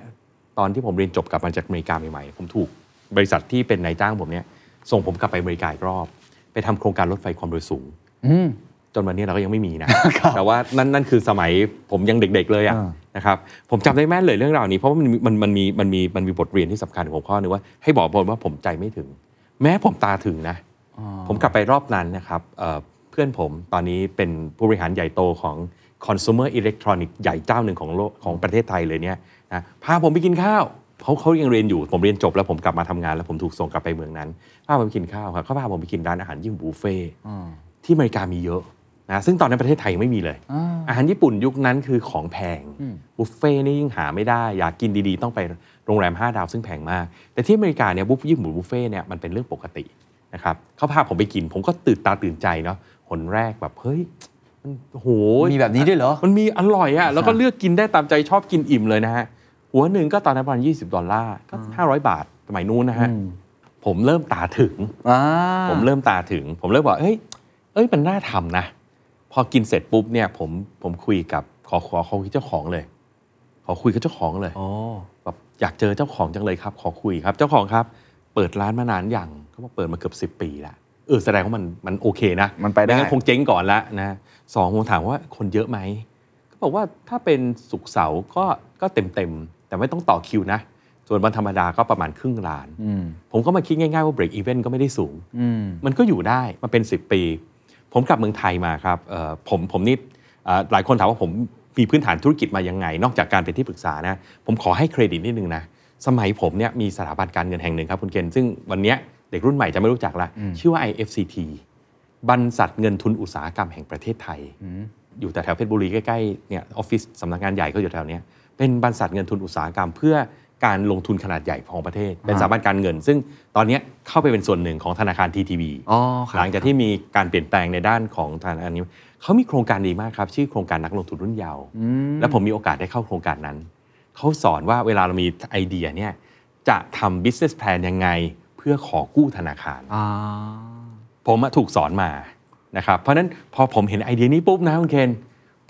[SPEAKER 1] ตอนที่ผมเรียนจบกลับมาจากอเมริกาใหม่ๆผมถูกบริษัทที่เป็นนายจ้างผมเนี่ยส่งผมกลับไปอเมริกาอีกรอบ ไปทำโครงการรถไฟความเร็วสูง
[SPEAKER 2] อืม
[SPEAKER 1] จนวันนี้เราก็ยังไม่มีนะ แต่ว่านั่นนั่นคือสมัยผมยังเด็กๆเลยอะ
[SPEAKER 2] อ่า
[SPEAKER 1] นะครับผมจำได้แม่นเลยเรื่องราวนี้เพราะว่ามันมีมันมันมีมันมีมันมีบทเรียนที่สำคัญของผมข้อหนึงว่าให้บอกผมว่าผมใจไม่ถึง แม้ผมตาถึงนะ ผมกลับไปรอบนั้นนะครับเอ่อเพื่อนผมตอนนี้เป็นผู้บริหารใหญ่โตของ consumer electronic ใหญ่เจ้าหนึ่งของโลกของประเทศไทยเลยเนี่ยนะพาผมไปกินข้าวเขาเขายังเรียนอยู่ ผมเรียนจบแล้วผมกลับมาทำงาน แล้วผมถูกส่งกลับไปเมืองนั้นพาผมไปกินข้าวครับเขาพาผมไปกินร้านอาหารญี่ปุ่นบุฟเฟ่ต์ ที่อเมริกามีเยอะนะซึ่งตอนนั้นประเทศไทยยังไม่มีเลย อาหารญี่ปุ่นยุคนั้นคือของแพงบุฟเฟ่ต์นี่ยิ่งหาไม่ได้ อยากกินดีๆ ต้องไปโรงแรม 5 ดาวซึ่งแพงมาก แต่ที่อเมริกาเนี่ยบุฟญี่ปุ่นบุฟเฟ่ต์เนี่ยมันเป็นเรื่องปกตินะครับเขาพาผมไปกิน ผมก็ตื่นตาตื่นใจเนาะหนแรกแบบเฮ้ยมันโห
[SPEAKER 2] มีแบบนี้ด้วยเหรอ
[SPEAKER 1] มันมีอร่อยอะแล้วก็เลือกกินได้ตามใจชอบกินอิ่มเลยนะฮะ หัวหนึ่งก็ตอนนั้นประมาณ 20 ดอลลาร์ก็ 500 บาทสมัยนู้นนะฮะ ผมเริ่มตาถึง
[SPEAKER 2] อ่า
[SPEAKER 1] ผมเริ่มตาถึง ผมเริ่มบอกเอ้ย เอ้ย มันน่าทำนะ พอกินเสร็จปุ๊บเนี่ย ผม ผมคุยกับ ขอ ขอขอคุยเจ้าของเลย ขอคุยกับเจ้าของเลย
[SPEAKER 2] โอ้
[SPEAKER 1] แบบอยากเจอเจ้าของจังเลยครับ ขอคุยครับ เจ้าของครับ เปิดร้านมานานอย่างเขาบอกเปิดมาเกือบสิบปีละเออแสดงว่ามันมันโอเคนะ
[SPEAKER 2] มันไปได้
[SPEAKER 1] ม่งั้นคงเจ๊งก่อนละนะสองผมถามว่าคนเยอะไหมเขาบอกว่าถ้าเป็นสุกร์เสาร์ก็ก็เต็มเต็มๆ แต่ไม่ต้องต่อคิวนะ ส่วนวันธรรมดาก็ประมาณครึ่งล้าน
[SPEAKER 2] อืม
[SPEAKER 1] ผมก็มาคิดง่ายๆว่า break even ก็ไม่ได้สูง
[SPEAKER 2] อืม
[SPEAKER 1] มันก็อยู่ได้มาเป็น 10 ปี ผมกลับเมืองไทยมาครับเอ่อผมผมนี่เอ่อหลายคนถามว่าผมมีพื้นฐานธุรกิจมายังไง นอกจากการเป็นที่ปรึกษานะ ผมขอให้เครดิตนิดนึงนะ สมัยผมเนี่ยมีสถาบันการเงินแห่งหนึ่งครับคุณเกณฑ์ซึ่งวันเนี้ยเด็กรุ่นใหม่จะไม่รู้จักละ ชื่อว่า IFCT บรรษัทเงินทุนอุตสาหกรรมแห่งประเทศไทย อยู่แต่แถวเพชรบุรีใกล้ๆเนี่ยออฟฟิศสำนักงานใหญ่ก็อยู่แถวเนี้ยเป็นบรรษัทเงินทุนอุตสาหกรรม เพื่อการลงทุนขนาดใหญ่ของประเทศ เป็นสถาบันการเงิน ซึ่งตอนเนี้ยเข้าไปเป็นส่วนหนึ่งของธนาคาร TTB
[SPEAKER 2] อ๋อครับ
[SPEAKER 1] หลังจากที่มีการเปลี่ยนแปลงในด้านของธนาคารนี้เขามีโครงการดีมากครับ ชื่อโครงการนักลงทุนรุ่นเยาว์และผมมีโอกาสได้เข้าโครงการนั้น เขาสอนว่าเวลาเรามีไอเดียเนี่ยจะทำ business plan ยังไงเพื่อขอกู้ธนาคาร
[SPEAKER 2] อ่า
[SPEAKER 1] ผมอะถูกสอนมานะครับเพราะฉะนั้นพอผมเห็นไอเดียนี้ปุ๊บนะคุณเคน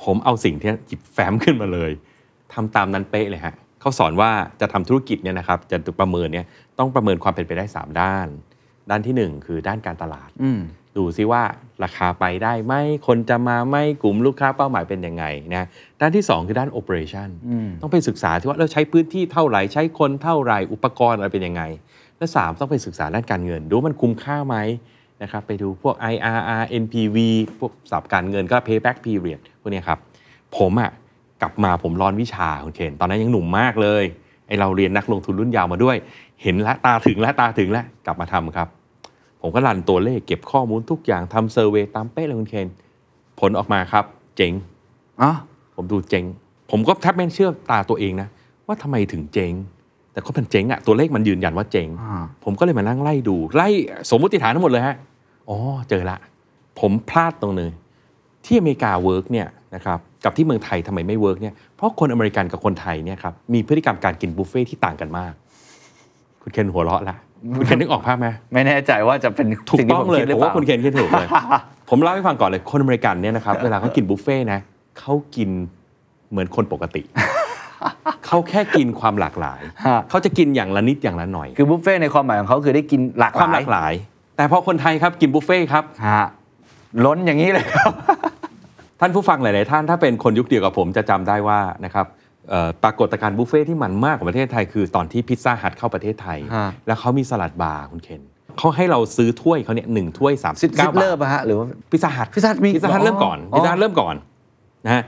[SPEAKER 1] ผมเอาสิ่งที่จิบแฟ้มขึ้นมาเลยทำตามนั้นเป๊ะเลยฮะเขาสอนว่าจะทำธุรกิจเนี่ยนะครับจะประเมินเนี่ยต้องประเมินความเป็นไปได้ 3 ด้าน ด้านทีหนึ่1 คือด้านการตลาด
[SPEAKER 2] อืม
[SPEAKER 1] ดูซิว่าราคาไปได้ไหมคนจะมาไหมกลุ่มลูกค้าเป้าหมายเป็นยังไงนะด้านที่ 2 คือด้านโอ e r a t i o n ต้องไปศึกษาที่ว่าเราใช้พื้นที่เท่าไหร่ใช้คนเท่าไหร่อุปกรณ์อะไรเป็นยังไง และ 3 ต้องไปศึกษาด้านการเงิน ดูว่ามันคุ้มค่าไหมนะครับไปดูพวก IRR NPV พวกสับการเงินก็ payback period พวกเนี้ยครับ ผมอะกลับมาผมร้อนวิชาคุณเคนตอนนั้นยังหนุ่มมากเลยไอเราเรียนนักลงทุนรุ่นยาวมาด้วย เห็นละตาถึงละตาถึงละกลับมาทำครับ ผมก็รันตัวเลขเก็บข้อมูลทุกอย่างทำเซอร์เวยตามเป๊ะเลยคุณเคน ผลออกมาครับ เจ๋ง
[SPEAKER 2] อ่ะ
[SPEAKER 1] ผมดูเจ๋ง ผมก็แทบไม่เชื่อตาตัวเองนะ ว่าทำไมถึงเจ๋ง แต่ก็มันเจ๋งอะตัวเลขมันยืนยันว่าเจ๋ง
[SPEAKER 2] อ่า
[SPEAKER 1] ผมก็เลยมานั่งไล่ดู ไล่สมมติฐานทั้งหมดเลยฮะอ๋อเจอละ ผมพลาดตรงนึงที่อเมริกาเวิร์กเนี่ยนะครับกับที่เมืองไทยทำไมไม่เวิร์กเนี่ยเพราะคนอเมริกันกับคนไทยเนี่ยครับมีพฤติกรรมการกินบุฟเฟ่ที่ต่างกันมาก คุณเคนหัวเราะละคุณเคนนึกออกภาพไหม
[SPEAKER 2] ไม่แน่ใจว่าจะเป็น
[SPEAKER 1] ถูก
[SPEAKER 2] สิ่งที่
[SPEAKER 1] ต้อ
[SPEAKER 2] ผ
[SPEAKER 1] ง
[SPEAKER 2] ม
[SPEAKER 1] เลย
[SPEAKER 2] คิดหรื
[SPEAKER 1] ผ
[SPEAKER 2] อ
[SPEAKER 1] ม
[SPEAKER 2] เปล่า
[SPEAKER 1] ว่าคุณเคนคิดถูก เลย ผมเล่าให้ฟังก่อนเลย คนอเมริกันเนี่ยนะครับ เวลาเขากินบุฟเฟ่ต์นะเขากินเหมือนคนปกติ เขาแค่กินความหลากหลาย
[SPEAKER 2] ฮะ
[SPEAKER 1] เขาจะกินอย่างละนิดอย่างละหน่อย
[SPEAKER 2] คือบุฟเฟ่ต์ในความหมายของเขาคือได้กินหลากห
[SPEAKER 1] ความห
[SPEAKER 2] ลา
[SPEAKER 1] ลาย กหลาย แต่พอคนไทยครับกินบุฟเฟ่ต์ครับ
[SPEAKER 2] ฮะล้นอย่างนี้เลยครับ
[SPEAKER 1] ท่านผู้ฟังหลาย ๆ ท่านถ้าเป็นคนยุคเดียวกับผมจะจำได้ว่านะครับ เอ่อปรากฏการณ์บุฟเฟ่ที่มันมากของประเทศไทยคือตอนที่พิซซ่าฮัทเข้าประเทศไทย
[SPEAKER 2] ฮะ
[SPEAKER 1] แล้วเขามีสลัดบาร์คุณเคนเขาให้เราซื้อถ้วยเขาเนี่ยหนึ่งถ้วยสามสิ
[SPEAKER 2] ซิ
[SPEAKER 1] บ
[SPEAKER 2] ป
[SPEAKER 1] เก้า
[SPEAKER 2] เลอ
[SPEAKER 1] าท
[SPEAKER 2] บร์ป่ะฮะหรือว่า
[SPEAKER 1] พิซซ่าฮัท
[SPEAKER 2] Pizza Hut มี
[SPEAKER 1] พิซซ่าฮัทเริ่มก่อน
[SPEAKER 2] อ๋อ
[SPEAKER 1] พิซซ่าฮัทเริ่มก่อนนะฮะ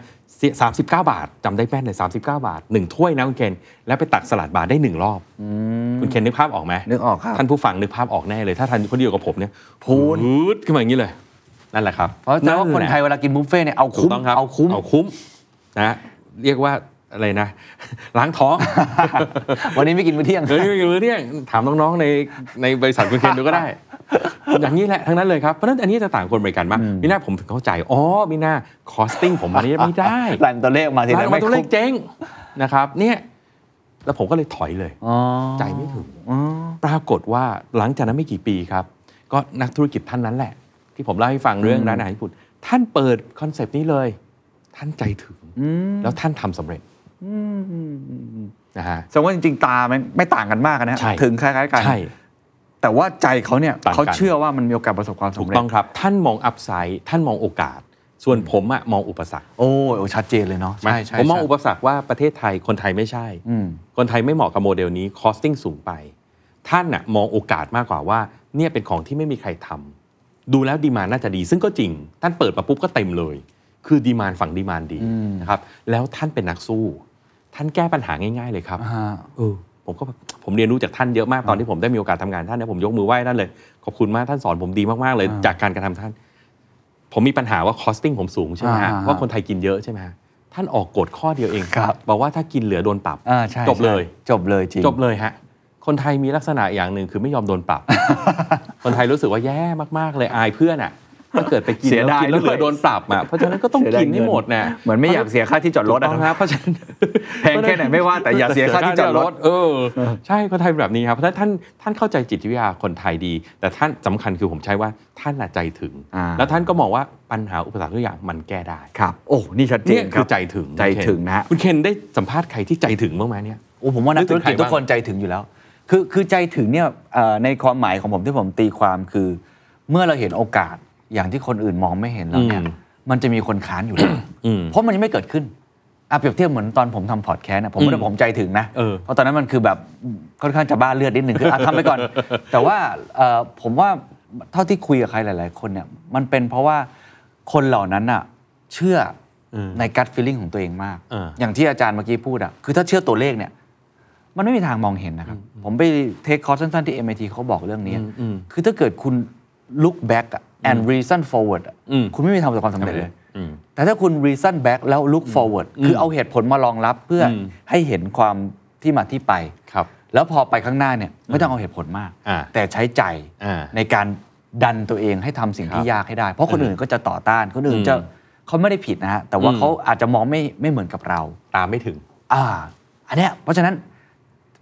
[SPEAKER 1] สามสิบเก้าบาทจำได้แม่นเลยสามสิบเก้าบาทหนึ่งถ้วยนะคุณเคนแล้วไปตักสลัดบาร์ได้หนึ่งรอบ
[SPEAKER 2] อืม
[SPEAKER 1] คุณเคนนึกภาพออกไหม
[SPEAKER 2] นึกออกครับ
[SPEAKER 1] ท่านผู้ฟังนึกภาพออกแน่เลย ถ้าท่านคนเดียวกับผมเนี่ยพูดขึ้นมาอย่างนี้เลย นั่นแหละครับ
[SPEAKER 2] เพราะฉะนั้นว่าคนไทย
[SPEAKER 1] แหล
[SPEAKER 2] เวลากินบุฟเฟ่ต์เนี่ยเอา
[SPEAKER 1] ถู
[SPEAKER 2] คุ้
[SPEAKER 1] ก
[SPEAKER 2] ม
[SPEAKER 1] ต้องครับ
[SPEAKER 2] เอาคุ้ม
[SPEAKER 1] เอาคุ้มนะเรียกว่าอะไรนะ ล้างท้อง
[SPEAKER 2] วันนี้ไม่กินมื้อเที่ยง
[SPEAKER 1] เฮ้ยไม่รู้เนี่ยถามน้องๆในในบริษัทคุณเคนดูก็ได้ อย่างนี้แหละทั้งนั้นเลยครับ เพราะฉะนั้นอันนี้จะต่างคนบริการมากมิน่าผมถึงเข้าใจ อ๋อมิน่าคอสติ้งผมมันนี้ไม่ได้
[SPEAKER 2] รันตัวเลขออกมาที
[SPEAKER 1] ร้า
[SPEAKER 2] ไร
[SPEAKER 1] น
[SPEAKER 2] ไม่
[SPEAKER 1] ตัวเล
[SPEAKER 2] คุ้
[SPEAKER 1] ข
[SPEAKER 2] ม
[SPEAKER 1] เจ๊งนะครับเนี่ยแล้วผมก็เลยถอยเลย
[SPEAKER 2] อ๋อ
[SPEAKER 1] ใจไม่ถึง
[SPEAKER 2] อ๋อ
[SPEAKER 1] ปรากฏว่าหลังจากนั้นไม่กี่ปีครับ ก็นักธุรกิจท่านนั้นแหละ ที่ผมเล่าให้ฟังเรื่อง
[SPEAKER 2] อืม
[SPEAKER 1] ร้านอาหารญี่ปุ่น ท่านเปิดคอนเซปต์นี้เลย ท่านใจถึง
[SPEAKER 2] อืม
[SPEAKER 1] แล้วท่านทำสำเร็จ
[SPEAKER 2] อืมอืมอืมอืม
[SPEAKER 1] นะฮะ
[SPEAKER 2] แสดงว่าจริงๆตามันไม่ต่างกันมากนะฮะ
[SPEAKER 1] ใช่
[SPEAKER 2] ถึงคล้ายๆกัน
[SPEAKER 1] ใช่
[SPEAKER 2] แต่ว่าใจเขาเนี่ย
[SPEAKER 1] ต่างกัน
[SPEAKER 2] เขาเชื่อว่ามันมีโอกาสประสบความ
[SPEAKER 1] ถู
[SPEAKER 2] สำ
[SPEAKER 1] ก
[SPEAKER 2] เร็จ
[SPEAKER 1] ต้องครับ ท่านมองอัพไซด์ท่านมองโอกาส ส่วนผมอะมองอุปสรรค
[SPEAKER 2] โอ้ยโอ้ชัดเจนเลยเนาะใช่ใช่
[SPEAKER 1] ผมมองอุ
[SPEAKER 2] ใช่
[SPEAKER 1] ปสรรคว่าประเทศไทยคนไทยไม่ใช่
[SPEAKER 2] อืม
[SPEAKER 1] คนไทยไม่เหมาะกับโมเดลนี้คอสติ้งสูงไป ท่านน่ะมองโอกาสมากกว่าว่า เนี่ยเป็นของที่ไม่มีใครทำดูแล้วดีมานน่าจะดี ซึ่งก็จริง ท่านเปิดมาปุ๊บก็เต็มเลย คือดีมานฝั่งดีมานดีนะครับแล้วท่านเป็นนักสู้ ท่านแก้ปัญหาง่าย ๆ เลยครับ
[SPEAKER 2] อ่า
[SPEAKER 1] เออผมก็แบบผมเรียนรู้จากท่านเยอะมากตอนที่ผมได้มีโอกาสทำงานท่านนะผมยกมือไหว้ท่านเลย ขอบคุณมากท่านสอนผมดีมาก ๆ เลยจากการกระทำท่าน ผมมีปัญหาว่าคอสติ้งผมสูงใช่ไหมฮะว่าคนไทยกินเยอะใช่ไหมฮะท่านออกกฎข้อเดียวเองบอกว่าถ้ากินเหลือโดนปรับ
[SPEAKER 2] อ่าใช่
[SPEAKER 1] จบเลย
[SPEAKER 2] ใช่จบเลยจริง
[SPEAKER 1] จบเลยฮะ คนไทยมีลักษณะอย่างหนึ่งคือไม่ยอมโดนปรับ คนไทยรู้สึกว่าแย่มากๆเลยอายเพื่อนอ่ะ ถ้าเกิดไปกิน
[SPEAKER 2] เสีย
[SPEAKER 1] แล้ว
[SPEAKER 2] ดาย
[SPEAKER 1] กินแล้วเหลือโดนปรับอ่ะ เพราะฉะนั้นก็ต้อง
[SPEAKER 2] เสียดาย
[SPEAKER 1] กินให้
[SPEAKER 2] เงิ
[SPEAKER 1] หมดน่ะ
[SPEAKER 2] เหมือนไม่อยากเสียค่าที่จอดรถ
[SPEAKER 1] ต้
[SPEAKER 2] อะ
[SPEAKER 1] อง
[SPEAKER 2] นะ
[SPEAKER 1] ครับเพราะฉะนั้น
[SPEAKER 2] แพงแค่ไหนไม่ว่าแต่อย่าเสียค่าที่จอดรถ
[SPEAKER 1] เออ ใช่คนไทยเป็นแบบนี้ครับ เพราะฉะนั้นท่านท่านเข้าใจจิตวิทยาคนไทยดี แต่ท่านสำคัญคือผมใช้ว่าท่านน่ะใจถึง
[SPEAKER 2] อ่า
[SPEAKER 1] แล้วท่านก็มองว่าปัญหาอุปสรรคทุกอย่างมันแก้ได้
[SPEAKER 2] ครับ โอ้นี่ชัดเจ
[SPEAKER 1] เนี่ย
[SPEAKER 2] น
[SPEAKER 1] คื
[SPEAKER 2] รั
[SPEAKER 1] อบใจถึง
[SPEAKER 2] ใจถึงนะฮะ
[SPEAKER 1] คุณเคนได้สัมภาษณ์ใครที่ใจถึงบ้างไหมเนี่ย
[SPEAKER 2] โอ้ผมว่านักธุรกิจทุกคนใจถึงอยู่แล้ว คือคือใจถึงเนี่ยเอ่อในความหมายของผมที่ผมตีความคือ เมื่อเราเห็นโอกาสอย่างที่คนอื่นมองไม่เห็นแล้วเนี่ย
[SPEAKER 1] อืม
[SPEAKER 2] มันจะมีคนค้านอยู่แล้ว
[SPEAKER 1] อืม
[SPEAKER 2] เพราะมันยังไม่เกิดขึ้นอ่ะเปรียบเทียบเหมือนตอนผมทำพอดแคสต์นะผม
[SPEAKER 1] อืม
[SPEAKER 2] ไม่ได้ผมใจถึงนะ
[SPEAKER 1] เออ
[SPEAKER 2] เพราะตอนนั้นมันคือแบบค่อนข้างจะบ้าเลือดนิดหนึ่งคืออ่ะทำไป ก่อน แต่ว่าเอ่อผมว่าเท่าที่คุยกับใครหลาย ๆ คนเนี่ยมันเป็นเพราะว่าคนเหล่านั้นอ่ะเชื่ออ
[SPEAKER 1] ม
[SPEAKER 2] ในกัดฟีลลิ่งของตัวเองมาก
[SPEAKER 1] เอออ
[SPEAKER 2] อย่างที่อาจารย์เมื่อกี้พูดอะคือถ้าเชื่อตัวเลขเนี่ย มันไม่มีทางมองเห็นนะครับ ผมไปเทคคอร์สสั้นๆ ที่ MIT เขาบอกเรื่องนี้
[SPEAKER 1] อืมอืม
[SPEAKER 2] คือถ้าเกิดคุณ look back อะ and reason forward อะ
[SPEAKER 1] อืม
[SPEAKER 2] คุณไม่มีทางประสบความสำเร็จเลย
[SPEAKER 1] อืม
[SPEAKER 2] แต่ถ้าคุณ reason back แล้ว look forward คือเอาเหตุผลมารองรับเพื่ออ
[SPEAKER 1] ม
[SPEAKER 2] ให้เห็นความที่มาที่ไป
[SPEAKER 1] ครับ
[SPEAKER 2] แล้วพอไปข้างหน้าเนี่ยไม่ต้องเอาเหตุผลมาก
[SPEAKER 1] อ่า
[SPEAKER 2] แต่ใช้ใจ
[SPEAKER 1] อ่า
[SPEAKER 2] ในการดันตัวเองให้ทำสิ่ง
[SPEAKER 1] ค
[SPEAKER 2] ที่
[SPEAKER 1] รับ
[SPEAKER 2] ยากให้ได้ เพราะคนอื่นก็จะต่อต้านคนอื่น
[SPEAKER 1] อืม
[SPEAKER 2] จะเขาไม่ได้ผิดนะฮะแต่ว่า
[SPEAKER 1] อืม
[SPEAKER 2] เขาอาจจะมองไม่ไม่เหมือนกับเรา
[SPEAKER 1] ตามไม่ถึง
[SPEAKER 2] อ่า อันเนี้ยเพราะฉะนั้น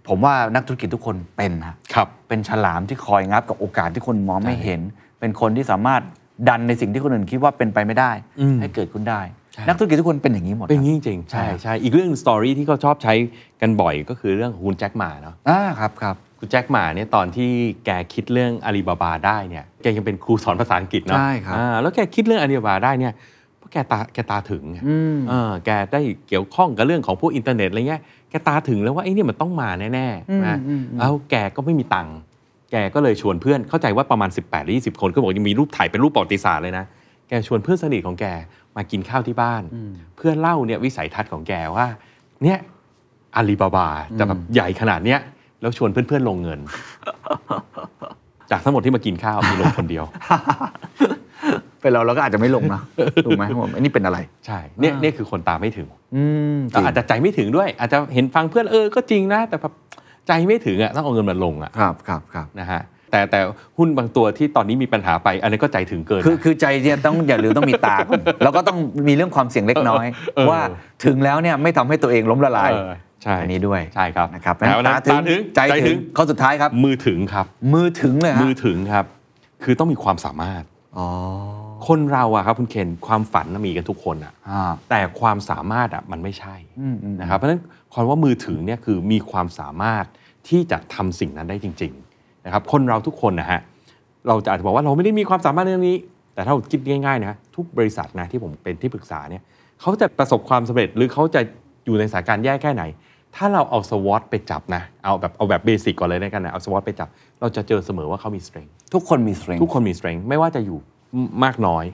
[SPEAKER 2] ผมว่านักธุรกิจทุกคนเป็นฮะ
[SPEAKER 1] ครับ
[SPEAKER 2] เป็นฉลามที่คอยงับกับโอกาสที่คนมองไม่เห็น เป็นคนที่สามารถดันในสิ่งที่คนอื่นคิดว่าเป็นไปไม่ได้
[SPEAKER 1] อืม
[SPEAKER 2] ให้เกิดขึ้นได้
[SPEAKER 1] ใช่
[SPEAKER 2] นักธุรกิจทุกคนเป็นอย่างนี้หมด
[SPEAKER 1] เป็นอย่าง
[SPEAKER 2] นี้
[SPEAKER 1] นี้จริงๆ
[SPEAKER 2] ใช่
[SPEAKER 1] ใช่ใช่อีกเรื่องสตอรี่ที่เขาชอบใช้กันบ่อยก็คือเรื่องของคุณแจ็คหมาเนาะ
[SPEAKER 2] อ่าครับครับ
[SPEAKER 1] คุณแจ็คหมาเนี่ยตอนที่แกคิดเรื่องอาลีบาบาได้เนี่ยแกยังเป็นครูสอนภาษาอังกฤษเนาะ
[SPEAKER 2] ใช่ครับ
[SPEAKER 1] อ่าแล้วแกคิดเรื่องอาลีบาบาได้เนี่ยเพราะแกตาแกตาถึงไง
[SPEAKER 2] อืม
[SPEAKER 1] เออแกได้เกี่ยวข้องกับเรื่องของพวกอินเทอร์เน็ตอะไรเงี้ยแกตาถึงแล้วว่าไอ้เนี่ยมันต้องมาแน่ๆนะ
[SPEAKER 2] อืมอืม
[SPEAKER 1] แล้วแกก็ไม่มีตังค์แกก็เลยชวนเพื่อนเข้าใจว่าประมาณ 18หรือ20 คนก็บอกยังมีรูปถ่ายเป็นรูปประวัติศาสตร์เลยนะแกชวนเพื่อนสนิทของแกมากินข้าวที่บ้าน
[SPEAKER 2] อืม
[SPEAKER 1] เพื่อเล่าเนี่ยวิสัยทัศน์ของแกว่า เนี่ยอาลีบาบาจะแบบใหญ่ขนาดเนี้ยแล้วชวนเพื่อนๆลงเงิน จากทั้งหมดที่มากินข้าวมีลงคนเดียว
[SPEAKER 2] เป็นเราเราก็อาจจะไม่ลง นะถูกไหมผมอันนี้เป็นอะไร
[SPEAKER 1] ใช่เนี่ย
[SPEAKER 2] อ่า
[SPEAKER 1] เนี่ยคือคนตามไม่ถึง
[SPEAKER 2] อืม
[SPEAKER 1] แล้วอาจจะใจไม่ถึงด้วย อาจจะเห็นฟังเพื่อนเออก็จริงนะ แต่แบบใจไม่ถึงอ่ะต้องเอาเงินมาลงอ่ะ
[SPEAKER 2] ครับครับครับ
[SPEAKER 1] นะฮะแต่แต่หุ้นบางตัวที่ตอนนี้มีปัญหาไป อันนี้นก็ใจถึงเกินนะ
[SPEAKER 2] คือคือใจเนี่ยต้องอย่าลืมต้องมีตาก่อนแล้วก็ต้องมีเรื่องความเสี่ยงเล็กน้อย
[SPEAKER 1] เออ
[SPEAKER 2] ว่าถึงแล้วเนี่ยไม่ทำให้ตัวเองล้มละลาย
[SPEAKER 1] เออใช่
[SPEAKER 2] อันนี้ด้วย
[SPEAKER 1] ใช่ครับ
[SPEAKER 2] นะครับ
[SPEAKER 1] แล้วนะตาถึง
[SPEAKER 2] ใจถึงข้อสุดท้ายครับ
[SPEAKER 1] มือถึงครับ
[SPEAKER 2] มือถึงเลยฮะ
[SPEAKER 1] มือถึงครับ คือต้องมีความสามารถ
[SPEAKER 2] อ๋อ
[SPEAKER 1] คนเราอะครับคุณเคนความฝันน่ะมีกันทุกคนอะ
[SPEAKER 2] อ่า
[SPEAKER 1] แต่ความสามารถอะมันไม่ใช่
[SPEAKER 2] อืมอืม
[SPEAKER 1] นะครับเพราะฉะนั้นความว่ามือถือเนี่ยคือมีความสามารถที่จะทำสิ่งนั้นได้จริงๆนะครับคนเราทุกคนนะฮะเราจะอาจจะบอกว่าเราไม่ได้มีความสามารถเรื่องนี้ แต่ถ้าเราคิดง่ายๆนะทุกบริษัทนะที่ผมเป็นที่ปรึกษาเนี่ยเขาจะประสบความสำเร็จหรือเขาจะ อยู่ในสถานการณ์แย่แค่ไหน ถ้าเราเอาสวอตไปจับนะ เอาแบบเอาแบบเบสิกก่อนเลยในะกันนะเอาสวอตไปจับ เราจะเจอเสมอว่าเขามี strength
[SPEAKER 2] ทุกคนมี strength
[SPEAKER 1] ทุกคนมี strength ไม่ว่าจะอยู่มากน้อย